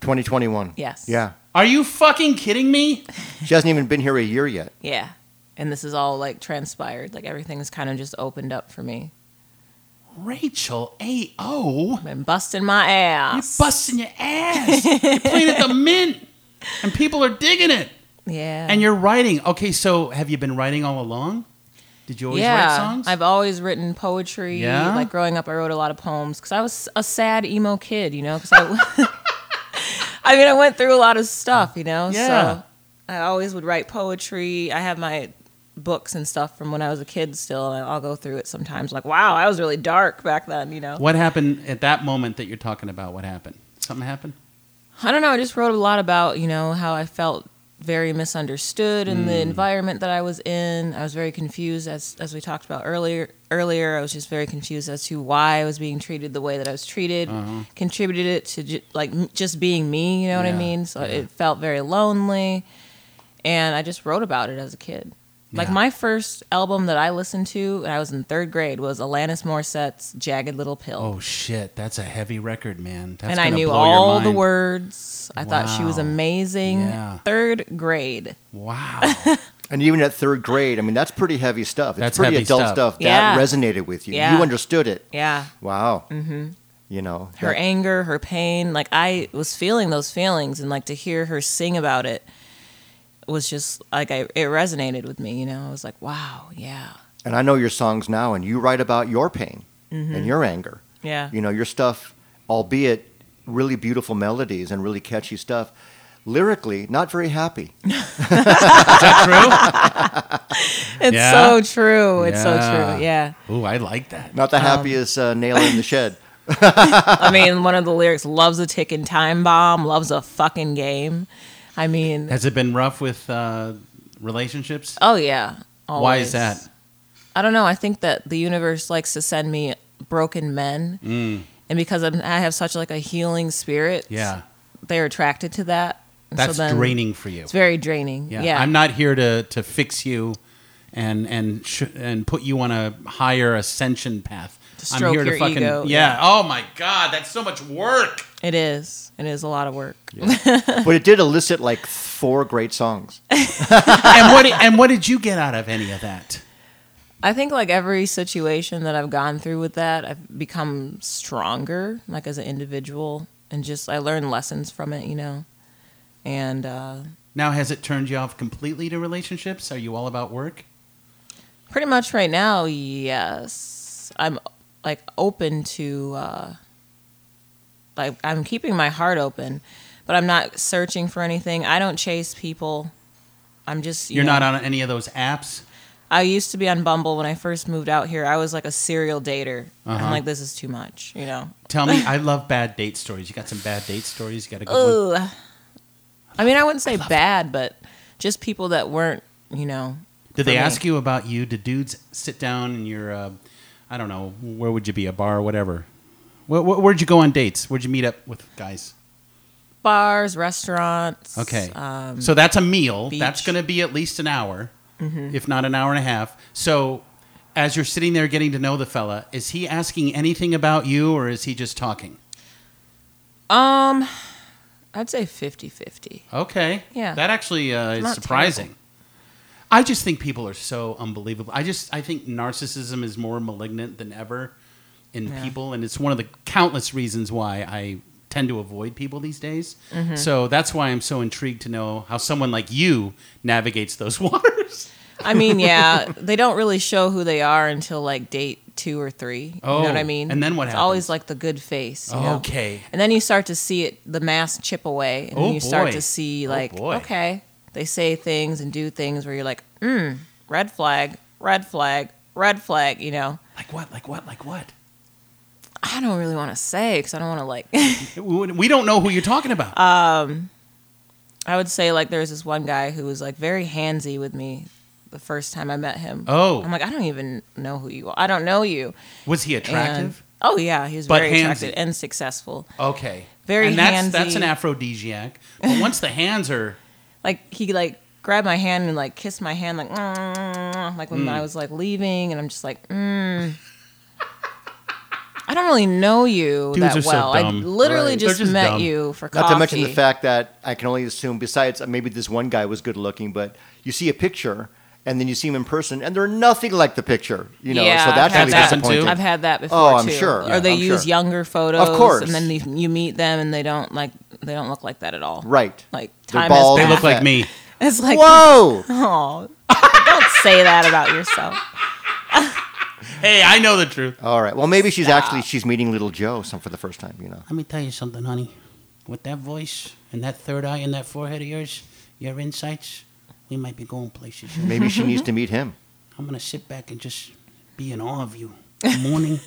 S1: 2021.
S3: Yes.
S1: Yeah.
S2: Are you fucking kidding me?
S1: She hasn't even been here a year yet.
S3: Yeah. And this is all like transpired. Like everything's kind of just opened up for me.
S2: Rachel A.O.
S3: I've been busting my
S2: You're
S3: ass.
S2: busting your ass. you're playing at the mint, and people are digging it.
S3: yeah.
S2: And you're writing. Okay, so have you been writing all along? Did you always write songs?
S3: I've always written poetry.
S2: Yeah?
S3: Like growing up, I wrote a lot of poems because I was a sad emo kid, you know? Because I, I mean, I went through a lot of stuff, you know?
S2: Yeah.
S3: So I always would write poetry. I have my books and stuff from when I was a kid still, and I'll go through it sometimes. Like, wow, I was really dark back then, you know?
S2: what happened at that moment that you're talking about? What happened? Something happened?
S3: I don't know. I just wrote a lot about, you know, how I felt very misunderstood in
S2: Hmm.
S3: the environment that I was in. I was very confused as as we talked about earlier earlier. I was just very confused as to why I was being treated the way that I was treated. Contributed it to ju- like m- just being me, you know what
S2: Uh-huh. Yeah,
S3: I mean? So it felt very lonely. And I just wrote about it as a kid. Like
S2: Yeah.
S3: my first album that I listened to when I was in 3rd grade was Alanis Morissette's Jagged Little Pill
S2: Oh shit, that's a heavy record, man. That's
S3: and I
S2: gonna
S3: knew
S2: blow your
S3: all the
S2: mind.
S3: words. I thought she was
S2: Wow.
S3: amazing.
S2: Yeah.
S3: Third grade.
S2: Wow.
S1: And even at third grade, I mean, that's pretty heavy stuff. It's
S2: That's
S1: pretty
S2: heavy
S1: adult
S2: stuff.
S1: stuff.
S3: Yeah.
S1: That resonated with you.
S3: Yeah.
S1: You understood it.
S3: Yeah.
S1: Wow. Mm-hmm. You know,
S3: Her
S1: that-
S3: anger, her pain. Like I was feeling those feelings and like to hear her sing about it was just like I, it resonated with me. You know, I was like, wow, yeah,
S1: And I know your songs now, and you write about your pain and your anger.
S3: Mm-hmm. yeah,
S1: You know, your stuff, albeit really beautiful melodies and really catchy stuff, lyrically, not very happy.
S2: Is that
S3: it's
S2: Yeah.
S3: so true. It's so
S2: Yeah.
S3: true. Yeah.
S2: true? Ooh, I like that.
S1: Not the
S3: Um.
S1: happiest uh, nail in the shed.
S3: I mean, one of the lyrics loves a ticking time bomb, loves a fucking game. I mean,
S2: Has it been rough with uh, relationships?
S3: oh yeah.
S2: Why is
S3: always.
S2: that?
S3: I don't know. I think that the universe likes to send me broken men, and because I'm, I have such like a healing spirit,
S2: Mm. Yeah,
S3: they're attracted to that. And
S2: that's
S3: then
S2: draining for you.
S3: It's very draining.
S2: Yeah.
S3: Yeah,
S2: I'm not here to to fix you and and sh- and put you on a higher ascension path.
S3: To
S2: I'm
S3: stroke
S2: here to
S3: your
S2: fucking
S3: ego,
S2: yeah. Oh my god, that's so much work.
S3: It is. It is a lot of work.
S1: But it did elicit like four great songs.
S2: and what and what did you get out of any of that?
S3: I think like every situation that I've gone through with that, I've become stronger, like as an individual, and just I learned lessons from it, you know. And uh,
S2: Now has it turned you off completely to relationships? Are you all about work?
S3: pretty much right now, yes, I'm like open to uh, like I'm keeping my heart open, but I'm not searching for anything. I don't chase people. I'm just you
S2: You're
S3: know,
S2: not on any of those apps.
S3: I used to be on Bumble when I first moved out here. I was like a serial dater.
S2: Uh-huh.
S3: I'm like, this is too much, you know.
S2: Tell me, I love bad date stories. You got some bad date stories. You got a good one.
S3: Ugh. I mean, I wouldn't say bad, but just people that weren't, you know.
S2: Did
S3: for
S2: they
S3: me.
S2: ask you about you? Did dudes sit down in your, uh, I don't know, where would you be, a bar or whatever? Where, where, where'd you go on dates? Where'd you meet up with guys?
S3: Bars, restaurants.
S2: Okay.
S3: Um,
S2: so that's a meal.
S3: beach. Mm-hmm.
S2: That's going to be at least an hour, if not an hour and a half. So as you're sitting there getting to know the fella, is he asking anything about you or is he just talking?
S3: um, I'd say 50 50.
S2: Okay.
S3: Yeah.
S2: That actually uh, is
S3: not
S2: surprising.
S3: terrible.
S2: I just think people are so unbelievable. I just I think narcissism is more malignant than ever in
S3: Yeah.
S2: people, and it's one of the countless reasons why I tend to avoid people these days.
S3: Mm-hmm.
S2: So that's why I'm so intrigued to know how someone like you navigates those waters.
S3: I mean, yeah, they don't really show who they are until like date two or three. You
S2: Oh,
S3: know what I mean?
S2: and then what
S3: It's
S2: happens?
S3: always like the good face. you know?
S2: Okay.
S3: And then you start to see it, the mask chip away, and
S2: Oh,
S3: then you start
S2: boy.
S3: to see
S2: Oh,
S3: like,
S2: boy.
S3: okay, they say things and do things where you're like, mm, red flag, red flag, red flag. You know,
S2: Like what? Like what? Like what?
S3: I don't really want to say because I don't want to like.
S2: We we don't know who you're talking about.
S3: Uh, I would say like there was this one guy who was like very handsy with me the first time I met him.
S2: Oh.
S3: I'm like, I don't even know who you are. I don't know you.
S2: Was he
S3: And-
S2: attractive?
S3: oh yeah, he was
S2: But
S3: very
S2: handsy.
S3: attractive and successful.
S2: okay.
S3: Very
S2: and that's that's
S3: handsy.
S2: an aphrodisiac. But once the hands are
S3: Like he like grabbed my hand and like kissed my hand like "Mm," like when I was like leaving and I'm just like mm. I don't really know you
S2: Dudes are
S3: that
S2: so
S3: well. I
S2: dumb.
S3: literally
S2: Right. They're
S3: just,
S2: just
S3: met
S2: dumb.
S3: you for coffee.
S1: Not to mention the fact that I can only assume, besides uh, maybe this one guy was good looking, but you see a picture and then you see him in person and they're nothing like the picture, you know.
S3: Yeah,
S1: so that's
S3: I've
S1: really
S3: had that.
S1: disappointing.
S3: I've had that before.
S1: Oh, I'm
S3: too.
S1: sure.
S3: Or
S1: Yeah,
S3: they
S1: I'm
S3: use
S1: sure.
S3: younger photos,
S1: course.
S3: and then you, you meet them and they don't like they don't look like that at all.
S1: Right.
S3: Like
S1: They're
S3: time
S1: bald.
S2: they
S3: Has
S1: They
S2: look
S1: look
S3: passed.
S2: like me.
S3: It's like
S1: Whoa!
S3: oh, don't say that about yourself.
S2: Hey, I know the truth.
S1: All right. Well, maybe she's actually she's meeting little Joe some for the first time, you know.
S2: Let me tell you something, honey. With that voice and that third eye and that forehead of yours, your insights, we might be going places.
S1: Maybe she needs to meet him.
S2: I'm gonna sit back and just be in awe of you, morning,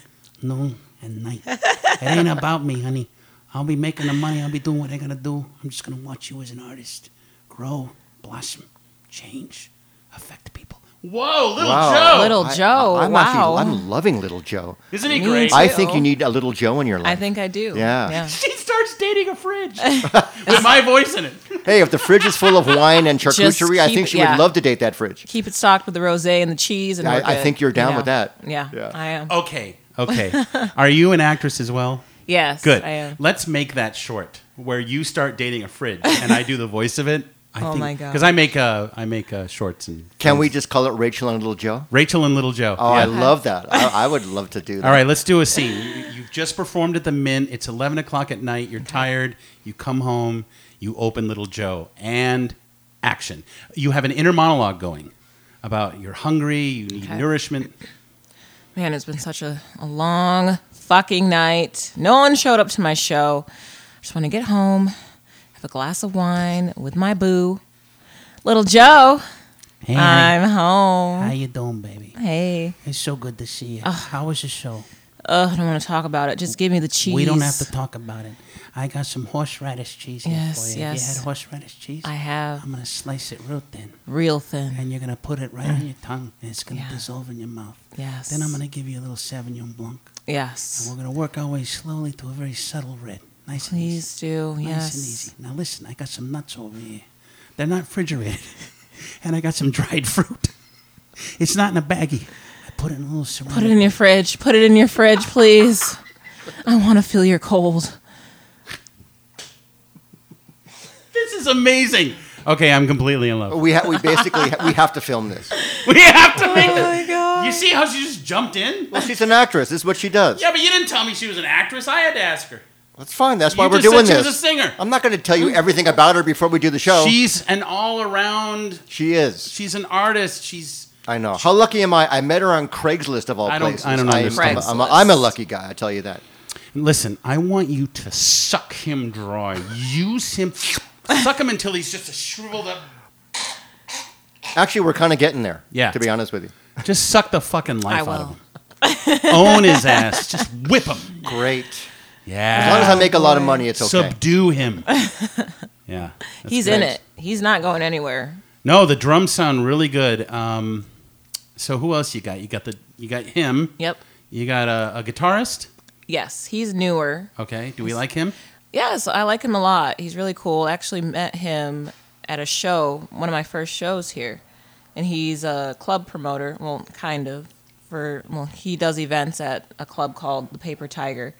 S2: noon, and night. It ain't about me, honey. I'll be making the money. I'll be doing what I gotta do. I'm just gonna watch you as an artist grow, blossom, change, affect people. Whoa, little
S1: Wow.
S3: Little
S1: I-
S3: Joe,
S1: I, am actually-
S3: wow.
S1: I'm loving little Joe.
S2: isn't he
S3: Me great? too.
S1: I think you need a little Joe in your
S3: I
S1: life.
S3: think I do.
S1: Yeah.
S2: She starts dating a fridge with my voice in it.
S1: hey, if the fridge is full of wine and charcuterie, I
S3: keep
S1: think
S3: it-
S1: she
S3: yeah.
S1: would love to date that fridge.
S3: Keep it stocked with the rosé and the cheese, and
S1: I-
S3: we're
S1: I
S3: good,
S1: think you're down
S3: you
S1: with
S3: know?
S1: that.
S3: Yeah,
S1: Yeah.
S3: I am.
S2: Okay, okay. Are you an actress as well?
S3: Yes,
S2: Good.
S3: I am.
S2: Let's make that short, where you start dating a fridge and I do the voice of it. I
S3: Oh my God.
S2: Because I make uh, I make uh, shorts and
S1: Can we just call it Rachel and little Joe?
S2: Rachel and Little Joe.
S1: Oh,
S2: Yeah.
S1: I love that. I, I would love to do that.
S2: All right, let's do a scene. You, you've just performed at the Mint. It's eleven o'clock at night. You're tired. You come home. You open Little Joe, and action. You have an inner monologue going about you're hungry, you need
S3: Okay.
S2: nourishment.
S3: Man, it's been such a, a long fucking night. No one showed up to my show. I just want to get home, have a glass of wine with my boo. Little Joe, Uh,
S4: Hey,
S3: I'm home.
S4: how you doing, baby?
S3: Hey.
S4: It's so good to see you. How was the show?
S3: Ugh, I don't want to talk about it. Just give me the cheese.
S4: We don't have to talk about it. I got some horseradish cheese here
S3: Yes,
S4: for you.
S3: yes.
S4: Have you had horseradish cheese?
S3: I have
S4: I'm gonna slice it real thin,
S3: real thin.
S4: and you're gonna put it right on your tongue, and it's gonna
S3: Yeah.
S4: dissolve in your mouth.
S3: Yes.
S4: Then I'm gonna give you a little Sauvignon Blanc, and
S3: Yes.
S4: we're gonna work our way slowly to a very subtle red, nice
S3: Please do.
S4: and easy, nice and
S3: Yes.
S4: easy. Now listen, I got some nuts over here. They're not refrigerated, and I got some dried fruit. It's not in a baggie. I put it in a little ceramic.
S3: Put it in your fridge. Put it in your fridge, please. I want to feel your cold.
S2: This is amazing. Okay, I'm completely in love.
S1: We ha- we basically ha- we have to film this.
S2: We have to make
S3: Oh
S2: this.
S3: my god.
S2: You see how she just jumped in?
S1: Well, she's an actress. This is what she does.
S2: Yeah, but you didn't tell me she was an actress. I had to ask her.
S1: That's fine. That's why
S2: You
S1: we're
S2: just
S1: doing
S2: said she
S1: this.
S2: was a singer.
S1: I'm not going to tell you everything about her before we do the show.
S2: She's an all around.
S1: she is.
S2: She's an artist. She's
S1: I know. How lucky am I? I met her on Craigslist of all
S2: I don't-
S1: places.
S2: I don't
S1: am
S2: understand.
S1: I'm, a, I'm a lucky guy. I tell you that.
S2: Listen, I want you to suck him dry. Use him. suck him until he's just a shriveled up.
S1: Actually, we're kind of getting there.
S2: Yeah.
S1: To be honest with you.
S2: Just suck the fucking life
S3: I
S2: out
S3: will.
S2: of him. Own his ass. Just whip him.
S1: Great.
S2: Yeah.
S1: As long as I make a lot of money, it's okay.
S2: Subdue him. Yeah. that's
S3: He's in
S2: great.
S3: it. He's not going anywhere.
S2: No, the drums sound really good. Um, so who else you got? You got the you got him.
S3: Yep.
S2: You got a, a guitarist.
S3: Yes, he's newer.
S2: Okay. Do we like him?
S3: Yes, I like him a lot. He's really cool. I actually met him at a show, one of my first shows here. And he's a club promoter, well, kind of. For well, he does events at a club called the Paper Tiger.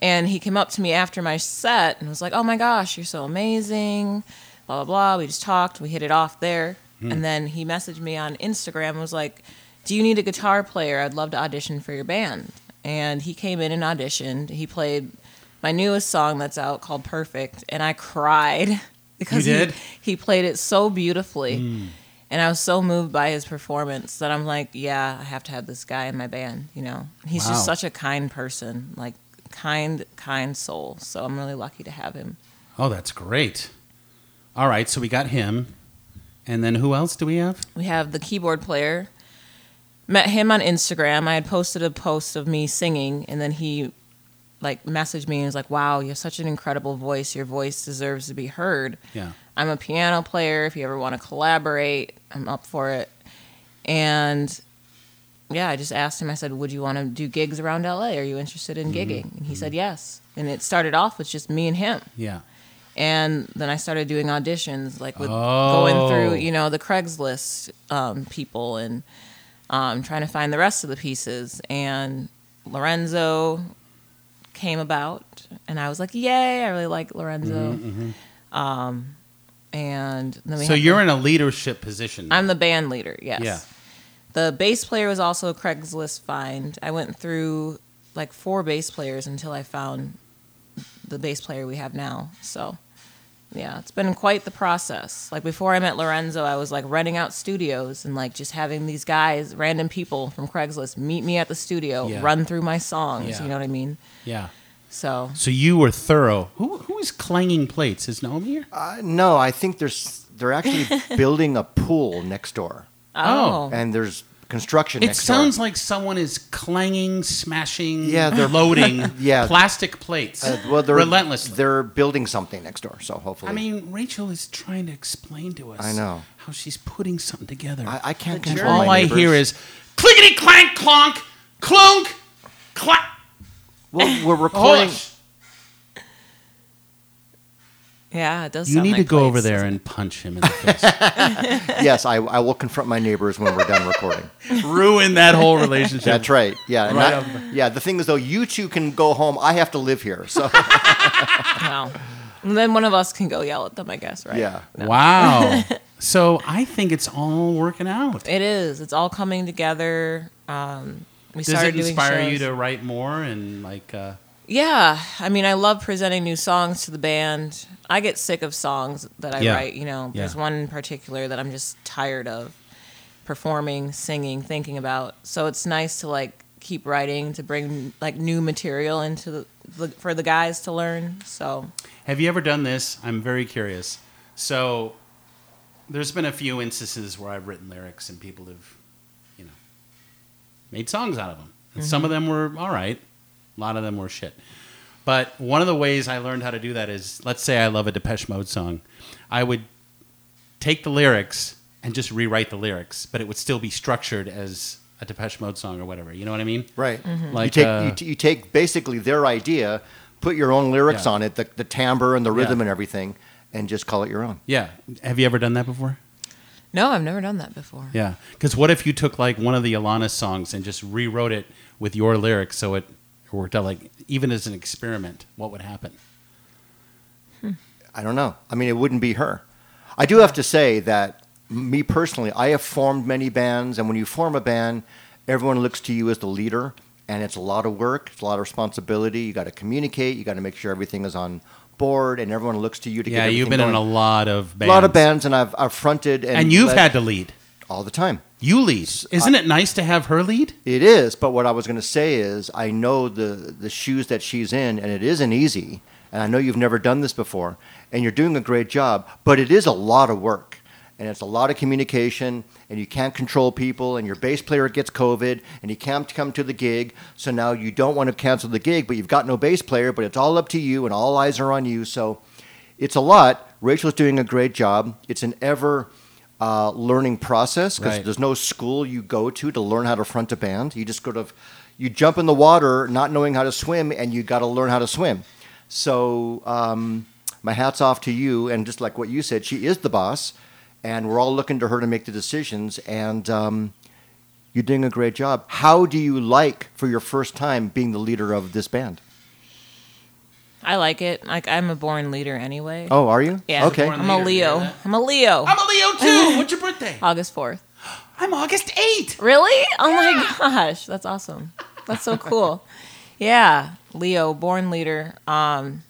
S3: And he came up to me after my set and was like, "Oh my gosh, you're so amazing." Blah blah blah. We just talked. We hit it off there.
S2: Hmm.
S3: And then he messaged me on Instagram and was like, "Do you need a guitar player? I'd love to audition for your band." And he came in and auditioned. He played my newest song that's out called "Perfect," and I cried because
S2: You did? Hmm.
S3: He, he played it so beautifully. And I was so moved by his performance that I'm like, yeah, I have to have this guy in my band. You know, he's
S2: Wow.
S3: just such a kind person, like kind, kind soul. So I'm really lucky to have him.
S2: Oh, that's great. All right. So we got him. And then who else do we have?
S3: We have the keyboard player. Met him on Instagram. I had posted a post of me singing, and then he like messaged me and was like, "Wow, you have such an incredible voice. Your voice deserves to be heard."
S2: Yeah.
S3: I'm a piano player. If you ever want to collaborate, I'm up for it. And yeah, I just asked him, I said, Would you want to do gigs around LA? Are you interested in gigging? And he said, Yes. And it started off with just me and him.
S2: Yeah.
S3: And then I started doing auditions, like with
S2: Oh.
S3: going through, you know, the Craigslist um, people and um, trying to find the rest of the pieces. And Lorenzo came about, and I was like, Yay, I really like Lorenzo. Um, and then we
S2: Mm-hmm, So
S3: had-
S2: you're in a leadership position.
S3: I'm the band leader. Yes.
S2: Yeah.
S3: The bass player was also a Craigslist find. I went through like four bass players until I found the bass player we have now. So, yeah, it's been quite the process. Like before I met Lorenzo, I was like renting out studios and like just having these guys, random people from Craigslist, meet me at the studio,
S2: Yeah.
S3: run through my songs.
S2: Yeah.
S3: You know what I mean?
S2: yeah.
S3: So
S2: So you were thorough. Who who is clanging plates? Is Naomi here?
S1: Uh, no, I think there's they're actually building a pool next door,
S2: Oh.
S1: and there's construction.
S2: It
S1: next
S2: sounds
S1: door.
S2: like someone is clanging, smashing,
S1: Yeah, they're-
S2: loading
S1: Yeah.
S2: plastic plates
S1: Uh, well, they're
S2: relentlessly.
S1: They're building something next door, so hopefully.
S2: I mean, Rachel is trying to explain to us
S1: I know.
S2: how she's putting something together.
S1: I, I can't
S2: and
S1: control
S2: all
S1: my
S2: I
S1: neighbors.
S2: hear is clickety clank clonk clunk clack.
S1: well, we're
S2: Oh,
S1: recording.
S3: yeah, it does.
S2: you
S3: sound
S2: need
S3: like
S2: to go over
S3: plates.
S2: there and punch him in the face.
S1: yes, I, I will confront my neighbors when we're done recording.
S2: Ruin that whole relationship.
S1: That's right. Yeah. and
S2: Right
S1: I- yeah. The thing is, though, you two can go home. I have to live here. So
S3: Wow. And then one of us can go yell at them, I guess, right?
S1: yeah.
S2: Wow. so I think it's all working out.
S3: It is. It's all coming together. Um, we
S2: Does
S3: started
S2: it inspire
S3: doing shows.
S2: you to write more and like? Uh,
S3: yeah, I mean, I love presenting new songs to the band. I get sick of songs that I
S2: Yeah.
S3: write, you know. There's
S2: Yeah.
S3: one in particular that I'm just tired of performing, singing, thinking about. So it's nice to like keep writing to bring like new material into the, the for the guys to learn. So
S2: Have you ever done this? I'm very curious. So, there's been a few instances where I've written lyrics and people have, you know, made songs out of them. And some of them were all right, a lot of them were shit. But one of the ways I learned how to do that is let's say I love a Depeche Mode song. I would take the lyrics and just rewrite the lyrics, but it would still be structured as a Depeche Mode song or whatever. You know what I mean?
S1: Right. you
S2: Like,
S1: take
S2: uh,
S1: you, t- you take basically their idea, put your own lyrics
S2: Yeah.
S1: on it, the, the timbre and the
S2: Yeah.
S1: rhythm and everything, and just call it your own.
S2: Yeah. Have you ever done that before?
S3: no, I've never done that before.
S2: Yeah, because what if you took like one of the Alana songs and just rewrote it with your lyrics so it worked out? Like even as an experiment, what would happen?
S1: I don't know. I mean, it wouldn't be her. I do have to say that me personally, I have formed many bands, and when you form a band, everyone looks to you as the leader, and it's a lot of work, it's a lot of responsibility. You got to communicate, you got to make sure everything is on board, and everyone looks to you to get.
S2: Yeah, you've
S1: everything
S2: been in a
S1: going.
S2: lot of bands.
S1: lot of bands, and I've, I've fronted, and,
S2: and, you've
S1: led
S2: had to lead.
S1: all the time.
S2: You lead. Isn't it nice to have her lead?
S1: It is, but what I was going to say is, I know the the shoes that she's in, and it isn't easy. And I know you've never done this before, and you're doing a great job, but it is a lot of work, and it's a lot of communication, and you can't control people, and your bass player gets COVID, and he can't come to the gig, so now you don't want to cancel the gig, but you've got no bass player, but it's all up to you, and all eyes are on you, so it's a lot. Rachel's doing a great job. It's an ever uh, learning process because
S2: Right.
S1: there's no school you go to to learn how to front a band. You just go to, you jump in the water not knowing how to swim, and you got to learn how to swim. So um, my hat's off to you, and just like what you said, she is the boss, and we're all looking to her to make the decisions. And um, you're doing a great job. How do you like for your first time being the leader of this band?
S3: I like it. Like I'm a born leader anyway.
S1: Oh, are you?
S3: yeah.
S1: Okay.
S2: Born
S3: I'm a
S2: leader, you hear
S3: Leo.
S2: that?
S3: I'm a Leo.
S1: Oh.
S2: I'm a Leo too. What's your birthday?
S3: August fourth.
S2: I'm August 8th.
S3: Really? Oh my gosh, that's awesome. That's so cool. yeah, Leo, born leader. Um,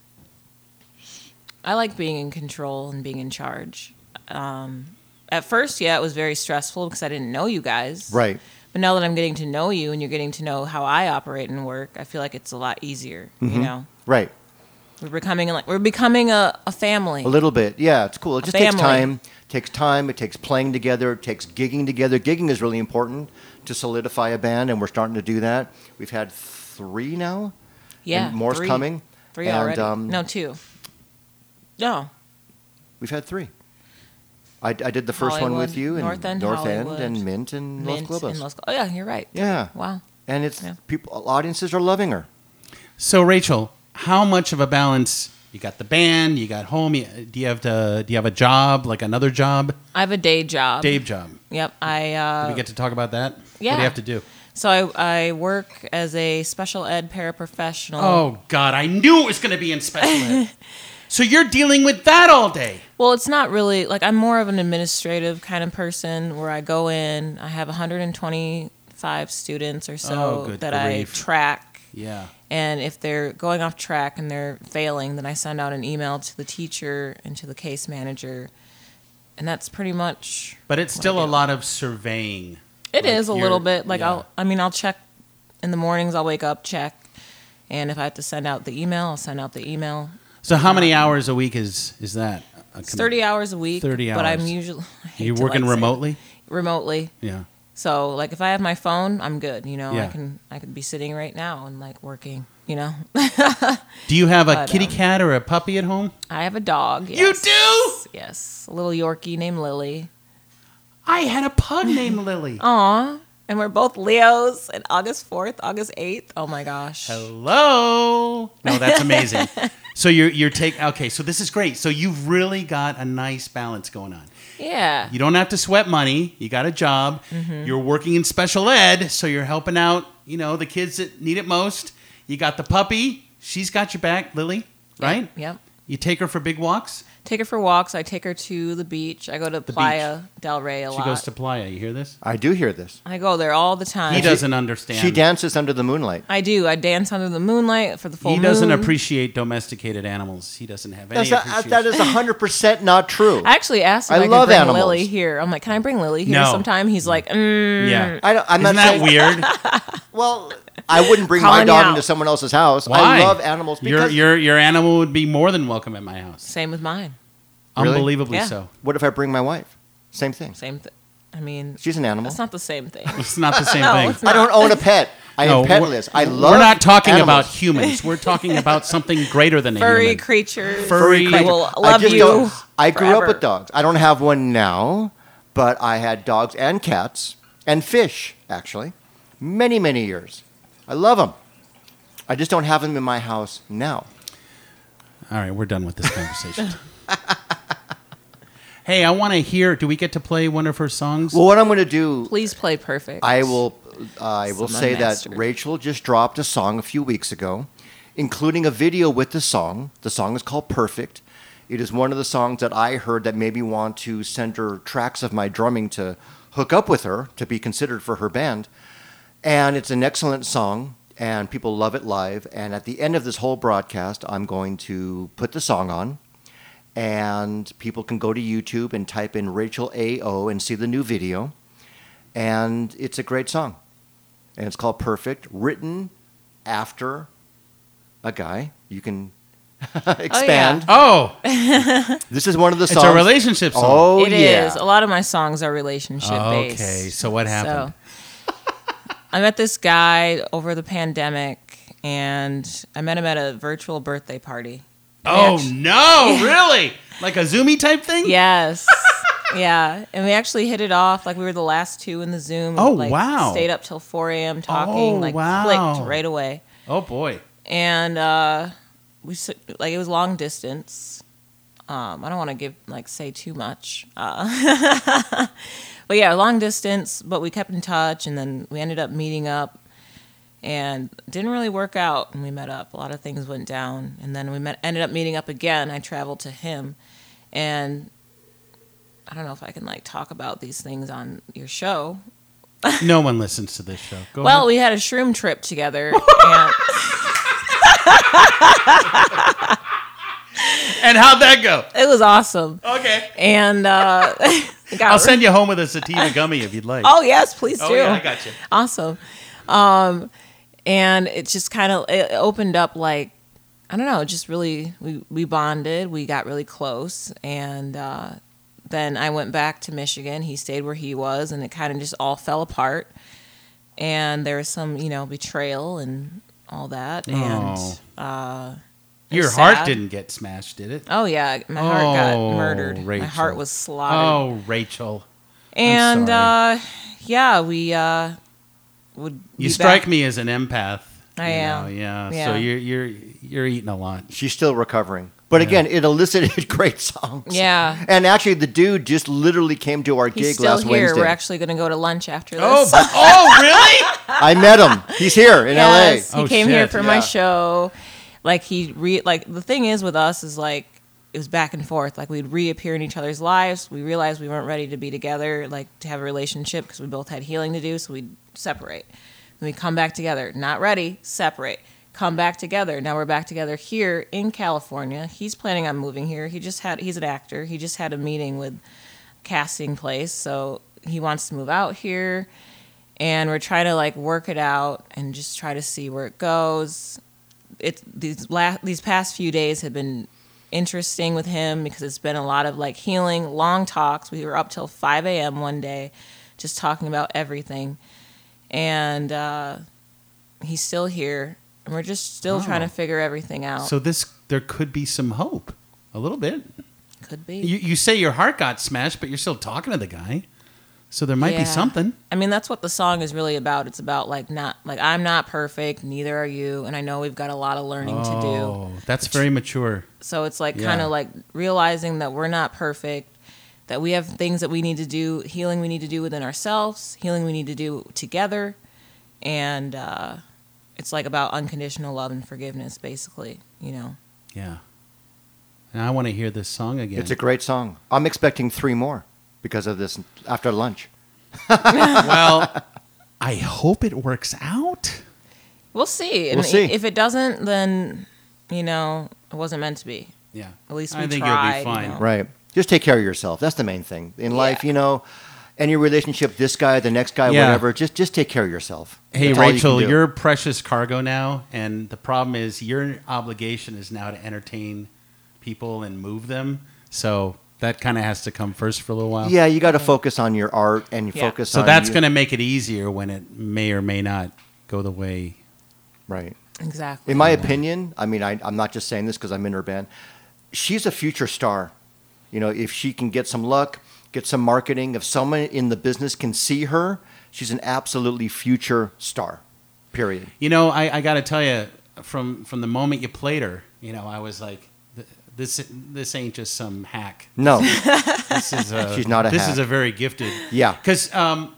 S3: I like being in control and being in charge. Um, at first, yeah, it was very stressful because I didn't know you guys.
S1: Right.
S3: But now that I'm getting to know you and you're getting to know how I operate and work, I feel like it's a lot easier.
S1: Mm-hmm.
S3: You know,
S1: Right.
S3: we're becoming like we're becoming a, a family.
S1: A little bit, yeah. It's cool. It just takes
S3: family.
S1: time. Takes time. It takes playing together. It takes gigging together. Gigging is really important to solidify a band, and we're starting to do that. We've had three now.
S3: yeah,
S1: and more's
S3: three.
S1: coming,
S3: Three
S1: and,
S3: already?
S1: um,
S3: no, two. No,
S1: We've had three. I, I did the first one
S3: Hollywood,
S1: with you, and
S3: North End, Hollywood,
S1: and Mint, and
S3: Mint
S1: Los Globos.
S3: and Los Glo- Oh yeah, you're right.
S1: yeah,
S3: Wow.
S1: and it's
S3: Yeah.
S1: people. Audiences are loving her.
S2: So Rachel, how much of a balance? You got the band. You got home. You, do you have to? Do you have a job? Like another
S1: Um,
S2: job?
S3: I have a day job.
S2: Dave job.
S3: Yep. I
S2: Do we
S3: uh,
S2: get to talk about that? What
S3: yeah.
S2: do you have to do?
S3: so I, I work as a special ed paraprofessional.
S2: Oh God, I knew it was going to be in special ed. so you're dealing with that all day.
S3: Well, it's not really like I'm more of an administrative kind of person where I go in. I have 125 students or so
S2: Oh, good
S3: that
S2: grief.
S3: I track.
S2: Yeah.
S3: And if they're going off track and they're failing, then I send out an email to the teacher and to the case manager. And that's pretty much
S2: But it's still a lot of surveying. Like,
S3: It is a little
S2: you're-
S3: bit. Like
S2: yeah.
S3: I'll, I mean, I'll check in the mornings. I'll wake up, check, and if I have to send out the email, I'll send out the email.
S2: So how many hours a week is is that? A
S3: It's thirty hours a week.
S2: 30
S3: But
S2: hours.
S3: I'm usually I hate
S2: You
S3: to,
S2: working
S3: like, say-
S2: remotely?
S3: Remotely.
S2: Yeah.
S3: So like, if I have my phone, I'm good. You know,
S2: Yeah.
S3: I can I could be sitting right now and like working. You know,
S2: Do you have a
S3: But,
S2: kitty
S3: um,
S2: cat or a puppy at home?
S3: I have a dog.
S2: You
S3: yes.
S2: do?
S3: Yes, a little Yorkie named Lily.
S2: I had a pug named Lily.
S3: Aw. And we're both Leos and August 4th, August 8th. Oh my gosh.
S2: Hello. No, that's amazing. so you're you're take okay. So this is great. So you've really got a nice balance going on.
S3: Yeah.
S2: You don't have to sweat money. You got a job.
S3: Mm-hmm.
S2: You're working in special ed, so you're helping out, you know, the kids that need it most. You got the puppy. She's got your back, Lily, right?
S3: Yep.
S2: You take her for big walks.
S3: Take her for walks. I take her to the beach. I go to Playa del Rey a
S2: She
S3: lot.
S2: goes to Playa. You hear this?
S1: I do hear this.
S3: I go there all the time.
S2: He doesn't understand.
S1: She dances under the moonlight.
S3: I do. I dance under the moonlight for the full
S2: He
S3: moon.
S2: doesn't appreciate domesticated animals. He doesn't have any
S1: That's not,
S2: appreciation.
S1: that is 100% not true.
S3: I actually asked him
S1: I
S3: if I,
S1: love
S3: could bring
S1: animals.
S3: Lily here. I'm like, can I bring Lily here
S2: No.
S3: sometime? He's like, mm.
S2: yeah.
S1: I don't, I'm
S2: Isn't
S1: not
S2: that
S1: saying-
S2: weird?
S1: Well, I wouldn't bring
S3: Calling
S1: my
S3: me
S1: dog
S3: out.
S1: into someone else's house.
S2: Why?
S1: I love animals
S2: Your
S1: because
S2: your your animal would be more than welcome at my house.
S3: same with mine.
S1: Really?
S2: Unbelievably
S3: Yeah.
S2: so.
S1: what if I bring my wife? Same thing.
S3: Same. Th- I mean,
S1: She's an animal.
S3: that's not the same thing.
S2: It's not the same thing.
S3: it's
S1: I don't own a pet. I
S2: No,
S1: am
S2: we're-
S1: petless. I love
S2: We're not talking
S1: animals.
S2: about humans. We're talking about something greater than a
S3: Furry
S2: human.
S3: creatures.
S2: Furry
S3: that
S2: creature.
S3: will
S1: I
S3: love
S1: just
S3: you.
S1: don't- I grew up
S3: forever.
S1: with dogs. I don't have one now, but I had dogs and cats and fish, actually, many, many years. I love them. I just don't have them in my house now.
S2: All right, we're done with this conversation. hey, I want to hear. Do we get to play one of her songs?
S1: Well, what I'm going to do,
S3: Please play perfect.
S1: I will, uh, I will
S3: Some
S1: say that
S3: unmastered.
S1: Rachel just dropped a song a few weeks ago, including a video with the song. The song is called Perfect. It is one of the songs that I heard that made me want to send her tracks of my drumming to hook up with her to be considered for her band. And it's an excellent song, and people love it live. And at the end of this whole broadcast, I'm going to put the song on, and people can go to YouTube and type in Rachel A.O. and see the new video. And it's a great song. And it's called Perfect, written after a guy. You can expand.
S2: Oh,
S1: This is one of the
S2: it's
S1: songs.
S2: a relationship song.
S1: Oh,
S3: It is.
S1: yeah.
S3: A lot of my songs are relationship based.
S2: Okay, so what happened?
S3: I met this guy over the pandemic, and I met him at a virtual birthday party.
S2: Oh,
S3: Actu-
S2: no, really? Like a Zoomy type thing?
S3: Yes. yeah. And we actually hit it off. Like we were the last two in the Zoom.
S2: Oh,
S3: like,
S2: wow.
S3: Stayed up till 4 a.m. talking.
S2: Oh,
S3: like
S2: wow.
S3: clicked right away.
S2: Oh boy.
S3: And uh, we s- like it was long distance. Um, I don't want to give like say too much. Uh, but yeah, long distance. But we kept in touch, and then we ended up meeting up. And didn't really work out, and we met up. A lot of things went down, and then we met. Ended up meeting up again. I traveled to him, and I don't know if I can like talk about these things on your show.
S2: No one listens to this show. Go
S3: Well,
S2: ahead.
S3: we had a shroom trip together. and-
S2: and how'd that go?
S3: it was awesome.
S2: Okay.
S3: and uh, got
S2: I'll send you home with a sativa gummy if you'd like.
S3: Oh yes, please do.
S2: Oh, yeah, I got you.
S3: awesome. Um, and it just kind of it opened up like I don't know, just really we we bonded, we got really close, and uh, then I went back to Michigan. He stayed where he was, and it kind of just all fell apart. And there was some, you know, betrayal and all that, and
S2: Oh.
S3: uh,
S2: Your
S3: It's
S2: heart
S3: sad.
S2: didn't get smashed, did it?
S3: oh yeah, my heart
S2: Oh,
S3: got murdered. My heart
S2: Rachel.
S3: was slaughtered.
S2: Oh, Rachel.
S3: and
S2: sorry.
S3: uh, yeah, we uh, would.
S2: You
S3: be
S2: strike
S3: back-
S2: me as an empath.
S3: I
S2: you
S3: am.
S2: know, yeah. So
S3: Yeah.
S2: you're you're you're eating a lot.
S1: She's still recovering. But again, it elicited great songs.
S3: Yeah.
S1: And actually, the dude just literally came to our
S3: He's
S1: gig
S3: still
S1: last
S3: here.
S1: Wednesday.
S3: We're actually going to go to lunch after this.
S2: Oh, but- oh, really?
S1: I met him. He's here in
S3: yes,
S1: LA.
S3: he
S2: Oh,
S3: came here
S2: shit.
S3: for my
S1: Yeah.
S3: show. Like he re like the thing is with us is like it was back and forth. Like we'd reappear in each other's lives. We realized we weren't ready to be together, like to have a relationship because we both had healing to do. So we'd separate. Then we come back together. Not ready. Separate. Come back together. Now we're back together here in California. He's planning on moving here. He just had. He's an actor. He just had a meeting with casting place. So he wants to move out here. And we're trying to like work it out and just try to see where it goes. It these last these past few days have been interesting with him because it's been a lot of like healing, long talks. We were up till five a.m. one day, just talking about everything. And uh, he's still here, and we're just still trying to figure everything out.
S2: So this there could be some hope. A little bit.
S3: Could be.
S2: You you say your heart got smashed, but you're still talking to the guy. So there might
S3: Yeah.
S2: be something.
S3: I mean, that's what the song is really about. It's about like not like I'm not perfect, neither are you, and I know we've got a lot of learning to do.
S2: Oh, that's very mature.
S3: So it's like
S2: Yeah.
S3: kind of like realizing that we're not perfect, that we have things that we need to do, healing we need to do within ourselves, healing we need to do together, and uh, it's like about unconditional love and forgiveness, basically. You know,
S2: Yeah. And I want to hear this song again.
S1: It's a great song. I'm expecting three more because of this after lunch.
S2: well,
S4: I hope it works out.
S3: We'll see.
S1: We'll see.
S3: If it doesn't, then you know it wasn't meant to be.
S2: yeah.
S3: At least we
S2: I think
S3: tried,
S2: you'll be
S3: you
S2: fine.
S3: know.
S1: Right. Just take care of yourself. That's the main thing in life. You know, any relationship, this guy, the next guy,
S2: Yeah.
S1: whatever. Just just take care of yourself.
S2: Hey,
S1: That's all you can
S2: Rachel,
S1: do.
S2: you are precious cargo now, and the problem is your obligation is now to entertain people and move them. So that kind of has to come first for a little while.
S1: Yeah, you got to focus on your art and you
S3: Yeah.
S1: focus.
S2: So
S1: on
S2: that's
S1: you-
S2: going to make it easier when it may or may not go the way.
S1: right.
S3: Exactly.
S1: In my opinion, I mean, I, I'm not just saying this because I'm in her band. She's a future star. You know, if she can get some luck, get some marketing, if someone in the business can see her, she's an absolutely future star. Period.
S2: You know, I, I got to tell you, from from the moment you played her, you know, I was like, th- this this ain't just some hack.
S1: No,
S2: This is a,
S1: She's not a
S2: This
S1: hack.
S2: is a very gifted.
S1: yeah,
S2: because um,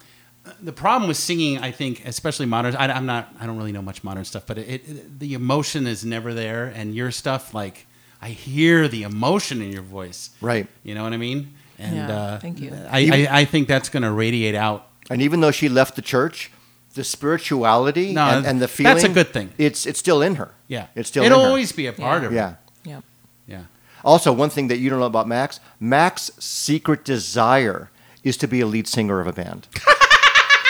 S2: the problem with singing, I think, especially modern. I, I'm not. I don't really know much modern stuff, but it, it the emotion is never there. And your stuff, like, I hear the emotion in your voice.
S1: right.
S2: You know what I mean? And
S3: Yeah,
S2: uh,
S3: thank you.
S2: I, I, I think that's going to radiate out.
S1: And even though she left the church, the spirituality
S2: No,
S1: and, and the
S2: that's
S1: feeling
S2: a good thing.
S1: It's it's still in her.
S2: Yeah,
S1: It's still
S2: it'll
S1: in her.
S2: always be a part of it.
S1: Yeah.
S3: Yep.
S2: yeah.
S1: Also, one thing that you don't know about Max, Max's secret desire is to be a lead singer of a band.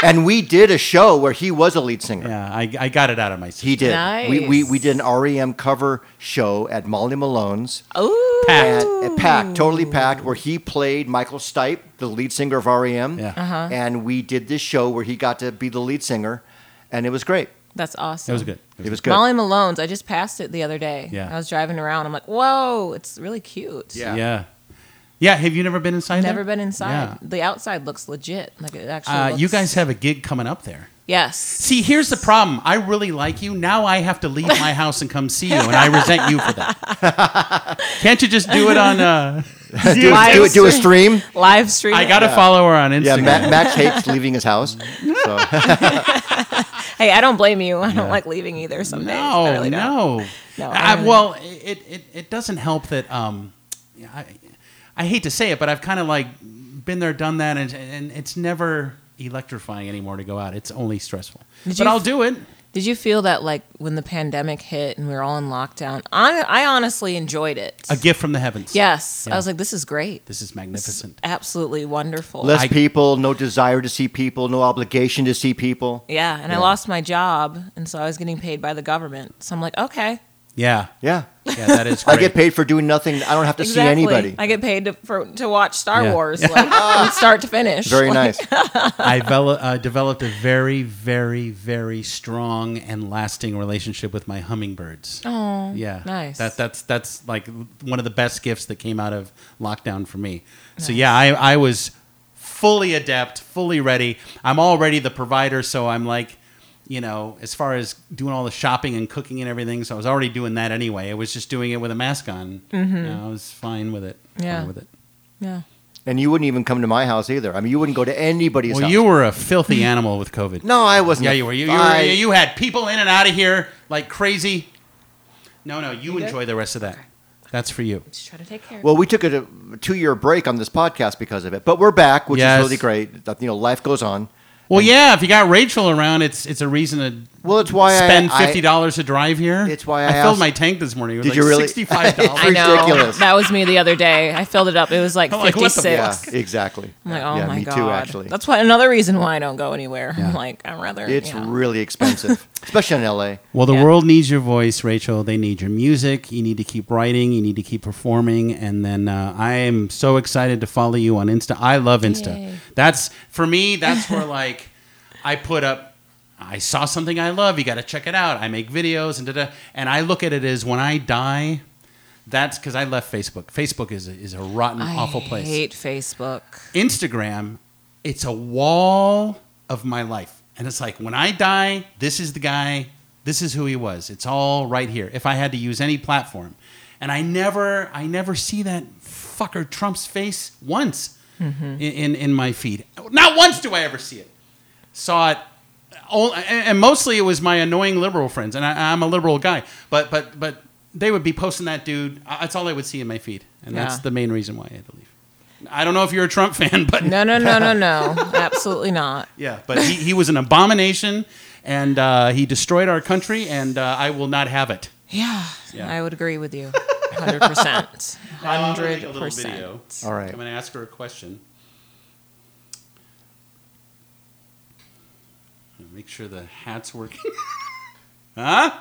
S1: and we did a show where he was a lead singer.
S2: Yeah, I, I got it out of my system.
S1: He did. We, we, we
S3: Nice.
S1: did an REM cover show at Molly Malone's.
S3: Ooh.
S1: Packed. At, packed, totally packed, where he played Michael Stipe, the lead singer of REM.
S2: Yeah. Uh-huh.
S1: And we did this show where he got to be the lead singer, and it was great.
S3: That's
S2: That
S3: awesome.
S2: was good.
S1: It was good.
S3: Molly Malone's. I just passed it the other day.
S2: Yeah.
S3: I was driving around. I'm like, whoa, it's really cute.
S1: Yeah.
S2: Yeah. yeah, yeah. Have you never been inside?
S3: Never
S2: there?
S3: been inside.
S2: Yeah.
S3: The outside looks legit. Like it actually.
S2: Uh, you
S3: looks-
S2: guys have a gig coming up there.
S3: Yes.
S2: See, here's the problem. I really like you. Now I have to leave my house and come see you, and I resent you for that. Can't you just do it on? Uh,
S1: do, a- do, a- do a stream.
S3: Live stream.
S2: I got to follow her on
S1: Yeah,
S2: Instagram.
S1: Ma- Max hates leaving his house. So.
S3: Hey, I don't blame you. I don't like leaving either. Some days. I
S2: no,
S3: really don't.
S2: no.
S3: No, I
S2: I,
S3: really
S2: well, it, it it doesn't help that um, I I hate to say it, but I've kind of like been there, done that, and and it's never electrifying anymore to go out. It's only stressful.
S3: Did
S2: but
S3: you-
S2: I'll do it.
S3: Did you feel that like when the pandemic hit and we were all in lockdown? I, I honestly enjoyed it.
S2: A gift from the heavens.
S3: Yes, I
S2: Yeah.
S3: was like, this is great.
S2: This is magnificent.
S3: Absolutely wonderful.
S1: Less
S2: I-
S1: people, no desire to see people, no obligation to see people.
S3: yeah, and I lost my job, and so I was getting paid by the government. So I'm like, okay,
S2: Yeah.
S1: Yeah.
S2: Yeah, that is
S1: I
S2: great.
S1: get paid for doing nothing. I don't have to see
S3: exactly.
S1: anybody.
S3: I get paid to, for, to watch Star
S2: Yeah.
S3: Wars like, from start to finish.
S1: Very
S3: Like,
S1: nice.
S2: I vel- uh, developed a very, very, very strong and lasting relationship with my hummingbirds.
S3: Oh,
S2: yeah,
S3: nice.
S2: That, that's that's like one of the best gifts that came out of lockdown for me. So yeah, I, I was fully adept, fully ready. I'm already the provider, so I'm like, you know, as far as doing all the shopping and cooking and everything. So I was already doing that anyway. I was just doing it with a mask on. You know, I was fine with it. fine
S3: Mm-hmm. Yeah.
S2: with it.
S3: yeah.
S1: and you wouldn't even come to my house either. I mean, you wouldn't go to anybody's
S2: Well,
S1: house.
S2: you were a filthy animal with COVID.
S1: no, I wasn't.
S2: Yeah, you were. You, you,
S1: I-
S2: were, you had people in and out of here like crazy. No, no, you
S3: good?
S2: enjoy the rest of that. That's for you.
S3: Just try to take care.
S1: well, we took a two-year break on this podcast because of it, but we're back, which
S2: Yes.
S1: is really great. That, You know, life goes on.
S2: Well, yeah, if you got Rachel around, it's it's a reason to
S1: Well, it's why I-
S2: spend
S1: I-
S2: fifty dollars to drive here.
S1: It's why I
S2: I filled
S1: asked-
S2: my tank this morning. It was
S1: Did
S2: like
S1: you really?
S2: sixty-five
S3: I
S1: It's
S2: dollars.
S3: know.
S1: ridiculous.
S3: That was me the other day. I filled it up. It was like
S2: I'm like, what the
S3: 56.
S1: Yeah, exactly.
S3: I'm like, oh
S1: yeah,
S3: my
S1: me
S3: god.
S1: too. Actually,
S3: That's why another reason why I don't go anywhere.
S2: Yeah.
S3: I'm like, I'm rather.
S1: it's
S3: yeah.
S1: really expensive, especially in LA.
S2: Well, the
S3: Yeah.
S2: world needs your voice, Rachel. They need your music. You need to keep writing. You need to keep performing. And then uh, I am so excited to follow you on Insta. I love Insta.
S3: Yay.
S2: That's for me. That's where like I put up. I saw something I love. You got to check it out. I make videos and da da. And I look at it as when I die. That's because I left Facebook. Facebook is a, is a rotten,
S3: I
S2: awful place.
S3: hate Facebook.
S2: Instagram, it's a wall of my life. And it's like, when I die, this is the guy, this is who he was. It's all right here. If I had to use any platform. And I never, I never see that fucker Trump's face once in, in, in my feed. Not once do I ever see it. Saw it. All, and and mostly it was my annoying liberal friends, and I, I'm a liberal guy. But but but they would be posting that dude. I- That's all I would see in my feed, and that's
S3: Yeah.
S2: the main reason why I had to leave. I don't know if you're a Trump fan, but
S3: No, no, no, no, no. Absolutely not.
S2: yeah, but he, he was an abomination, and uh, he destroyed our country, and uh, I will not have it.
S3: Yeah,
S2: Yeah.
S3: I would agree with you. 100%.
S2: I'm gonna make a little video.
S3: 100%.
S1: All right.
S2: I'm going to ask her a question. I'm gonna Make sure the hat's working. huh?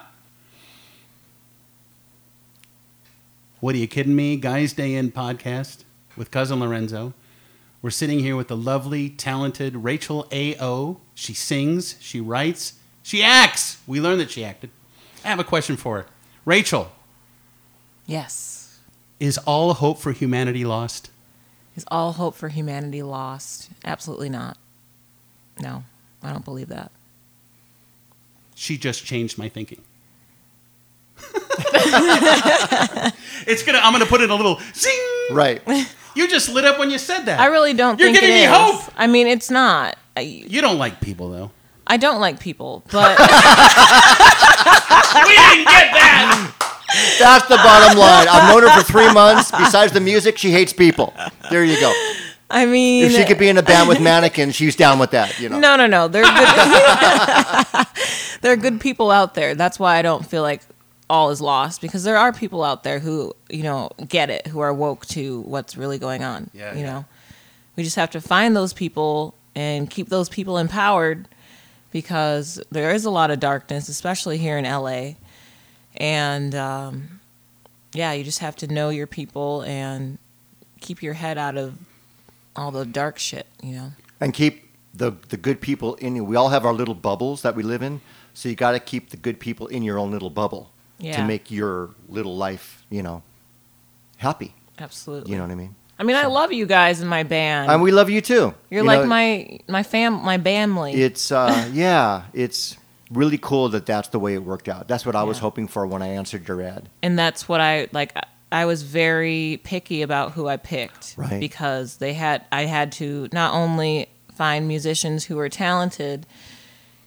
S2: What are you kidding me? Guys Day In podcast with Cousin Lorenzo. We're sitting here with the lovely, talented Rachel A.O. She sings, she writes, she acts. We learned that she acted. I have a question for her. Rachel,
S3: Yes.
S2: is all hope for humanity lost?
S3: Is all hope for humanity lost? Absolutely not. No, I don't believe that.
S2: she just changed my thinking. it's gonna. I'm gonna put in a little zing.
S1: Right.
S2: You just lit up when you said that.
S3: I really don't
S2: You're
S3: think
S2: giving
S3: it
S2: me
S3: is.
S2: hope!
S3: I mean, it's not. I,
S2: you don't like people though.
S3: I don't like people, but
S2: we didn't get that.
S1: That's the bottom line. I've known her for three months. Besides the music, she hates people. There you go.
S3: I mean,
S1: If she could be in a band with mannequins, she's down with that. You know.
S3: No, no, no. They're good. They're good people out there. That's why I don't feel like all is lost because there are people out there who you know get it, who are woke to what's really going on.
S2: Yeah,
S3: you
S2: yeah.
S3: know, we just have to find those people and keep those people empowered because there is a lot of darkness, especially here in LA, and um, yeah, you just have to know your people and keep your head out of all the dark shit. You know.
S1: and keep the the good people in you. We all have our little bubbles that we live in, so you got to keep the good people in your own little bubble to
S3: Yeah.
S1: make your little life, you know, happy.
S3: Absolutely.
S1: You know what I mean?
S3: I mean, I love you guys in my band.
S1: And we love you too. You
S3: You're like
S1: know,
S3: my my fam, my family.
S1: It's uh, yeah, it's really cool that that's the way it worked out. That's what I was
S3: Yeah.
S1: hoping for when I answered your ad.
S3: and that's what I like. I- I was very picky about who I picked
S1: Right.
S3: because they had I had to not only find musicians who were talented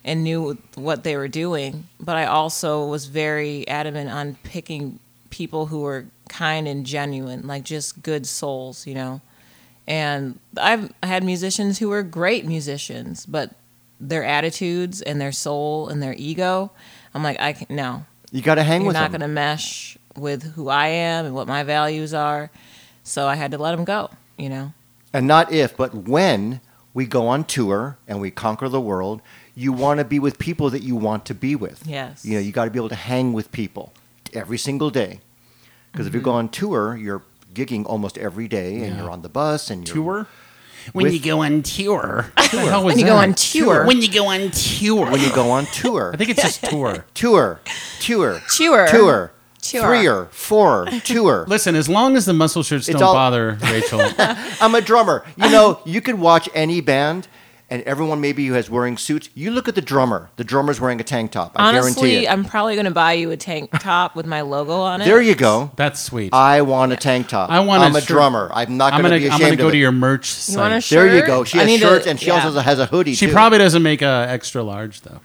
S3: and knew what they were doing, but I also was very adamant on picking people who were kind and genuine, like just good souls, you know. And I've had musicians who were great musicians, but their attitudes and their soul and their ego, I'm like, I can no,
S1: You got to hang
S3: you're
S1: with
S3: not
S1: them.
S3: going to mesh with who I am and what my values are. So I had to let him go, you know?
S1: and not if, but when we go on tour and we conquer the world, you want to be with people that you want to be with.
S3: Yes.
S1: You know, you got to be able to hang with people every single day. Because if you
S3: Mm-hmm.
S1: go on tour, you're gigging almost every day, and you're on the bus, and you're
S2: Tour.
S4: When
S1: With-
S4: you go on tour.
S3: When you go on tour,
S4: when you go on tour.
S1: When you go on tour,
S2: I think it's just tour.
S1: tour, tour,
S3: Tour.
S1: tour,
S3: Tour.
S1: threer, four, tour.
S2: Listen, as long as the muscle shirts don't
S1: all-
S2: bother Rachel,
S1: I'm a drummer. You know, you could watch any band, and everyone maybe who has wearing suits. You look at the drummer. The drummer's wearing a tank top. I guarantee
S3: honestly,
S1: it.
S3: I'm probably going to buy you a tank top with my logo on it.
S1: there you go.
S2: that's sweet.
S1: I want a tank top.
S2: I want a
S1: I'm a
S2: shirt.
S1: drummer. I'm not
S2: I'm
S1: going to
S2: gonna,
S1: be
S2: I'm
S1: ashamed
S2: gonna go
S1: of
S2: to
S1: it.
S2: your merch
S3: You want a
S2: site.
S3: shirt?
S1: There you go. She
S3: I
S1: has
S3: need to-
S1: shirts and she
S3: yeah.
S1: also has a hoodie.
S2: She
S1: too.
S2: probably doesn't make a extra large though.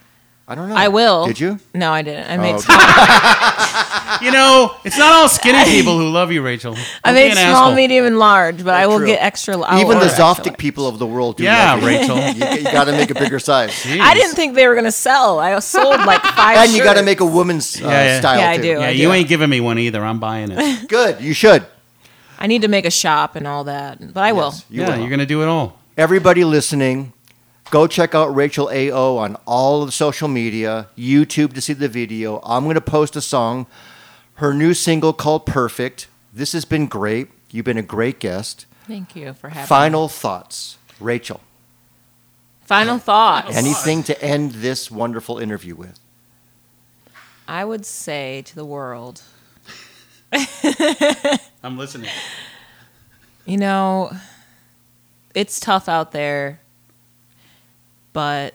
S1: I don't know.
S3: I will.
S1: Did you? Oh,
S3: No, I didn't. I made.
S1: okay.
S3: Small,
S2: You know, it's not all skinny people who love you, Rachel.
S3: I
S2: Don't be
S3: made
S2: an
S3: small,
S2: asshole.
S3: medium, and large, but I will
S1: Oh, true.
S3: get extra. I'll
S1: Even the
S3: order extra
S1: Zoftic
S3: large.
S1: people of the world do.
S2: Yeah,
S1: love you.
S2: Rachel.
S1: you, got to make a bigger size, and
S3: I didn't think they were going to sell. I sold like five.
S1: you got to make a woman's uh,
S2: Yeah, yeah.
S1: style
S3: Yeah, I
S1: too.
S3: do.
S2: Yeah, you ain't giving me one either. I'm buying it.
S1: Good. You should.
S3: I need to make a shop and all that, but I will.
S1: Yes, you
S2: yeah,
S1: will.
S2: you're gonna do it all.
S1: Everybody listening, go check out Rachel AO on all of the social media, YouTube to see the video. I'm going to post a song, her new single called Perfect. This has been great. You've been a great guest.
S3: Thank you for having.
S1: Final thoughts, Rachel.
S3: me. Final thoughts.
S1: Anything to end this wonderful interview with?
S3: I would say to the world,
S2: I'm listening.
S3: you know, it's tough out there, but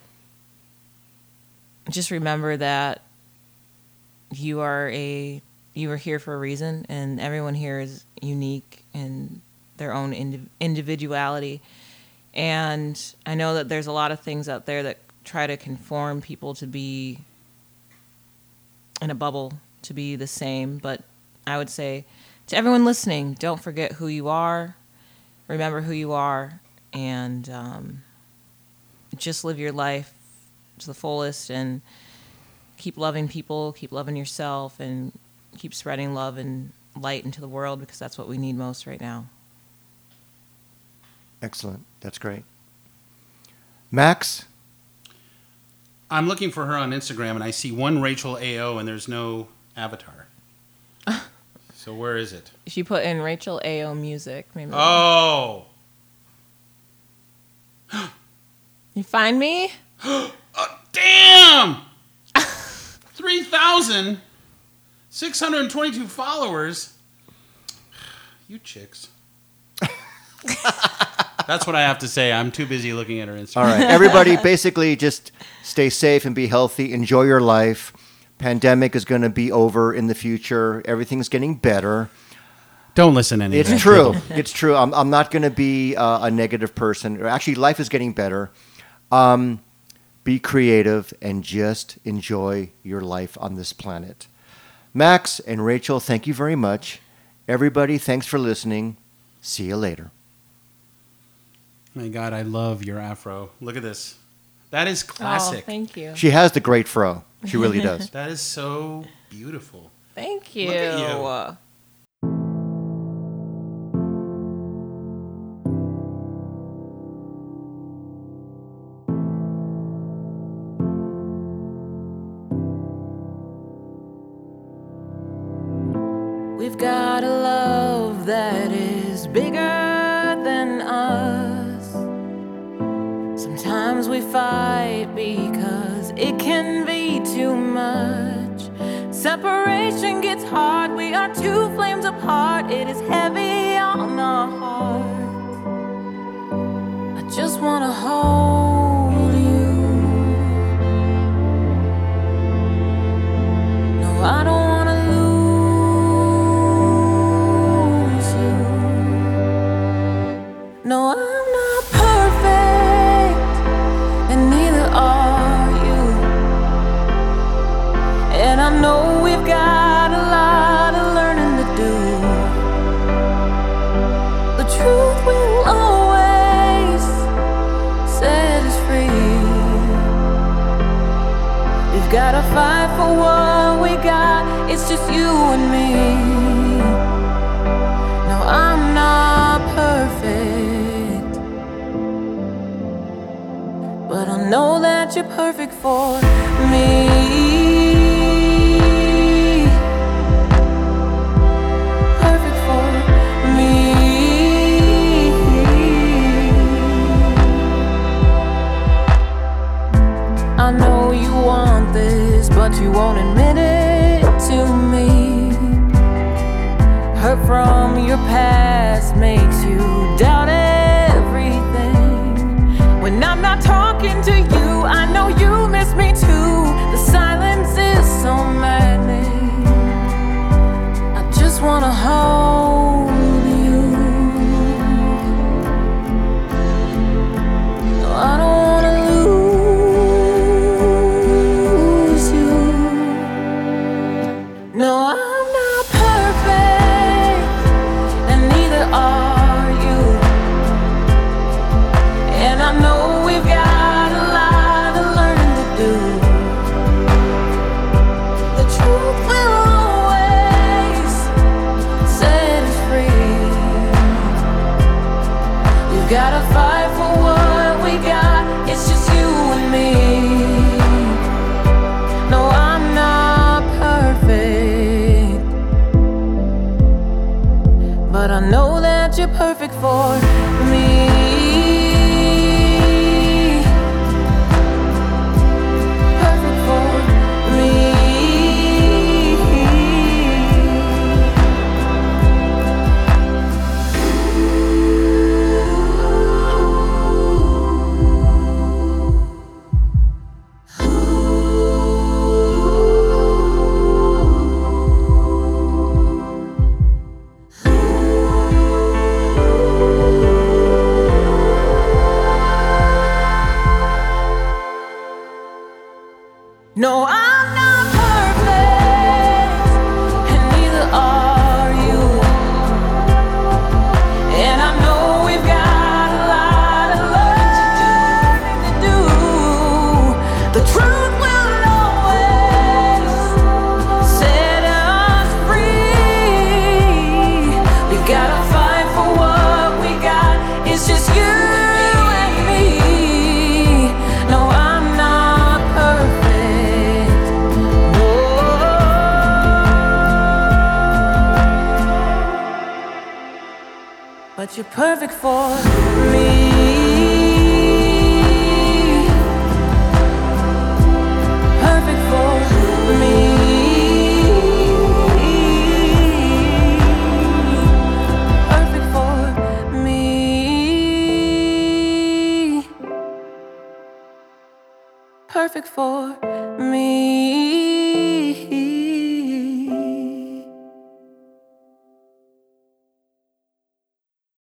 S3: just remember that you are a you are here for a reason, and everyone here is unique in their own indi- individuality. And I know that there's a lot of things out there that try to conform people to be in a bubble, to be the same, but I would say to everyone listening, don't forget who you are, remember who you are, and um, just live your life to the fullest and keep loving people, keep loving yourself, and keep spreading love and light into the world because that's what we need most right now.
S1: Excellent. That's great. Max,
S2: I'm looking for her on Instagram and I see one Rachel AO and there's no avatar. so where is it?
S3: If you put in Rachel AO music, maybe
S2: Oh.
S3: you find me.
S2: Oh, damn! 3,622 followers. You chicks. That's what I have to say. I'm too busy looking at her Instagram.
S1: All right, everybody, basically just stay safe and be healthy. Enjoy your life. Pandemic is going to be over in the future. Everything's getting better.
S2: Don't listen to any of
S1: It's
S2: that
S1: true. It's true. I'm, I'm not going to be uh, a negative person. Actually, life is getting better. Um, be creative and just enjoy your life on this planet. Max and Rachel, thank you very much. Everybody, thanks for listening. See you later.
S2: My God, I love your afro. Look at this. That is classic.
S3: Oh, thank you.
S1: She has the great fro. She really does.
S2: that is so beautiful.
S3: Thank you.
S2: Look at you.
S3: We've got a love that is bigger than us. Sometimes we fight because it can be too much. Separation gets hard, we are two flames apart. It is heavy on our hearts. I just wanna hold you. No, I don't wanna lose you. No, I'm not perfect, and neither are you. And I know we've got a lot of learning to do. The truth will always set us free. We've gotta fight for what we got. It's just you and me. No, I'm not perfect. But I know that you're perfect for me. Perfect for me. I know you want this, but you won't admit it to me. Hurt from your past makes you doubt everything. When I'm not talking to you, I know you miss me too. The silence is so maddening. I just wanna hold you. I don't wanna lose you. No, I'm not perfect, and neither are you. And I know we've got a lot of learning to do. The truth will always set us free. We've gotta fight for what we got. It's just you and me. No, I'm not perfect. But I know that you're perfect for me. Perfect for me. But you're perfect for me. Perfect for me. Perfect for me. Perfect for me.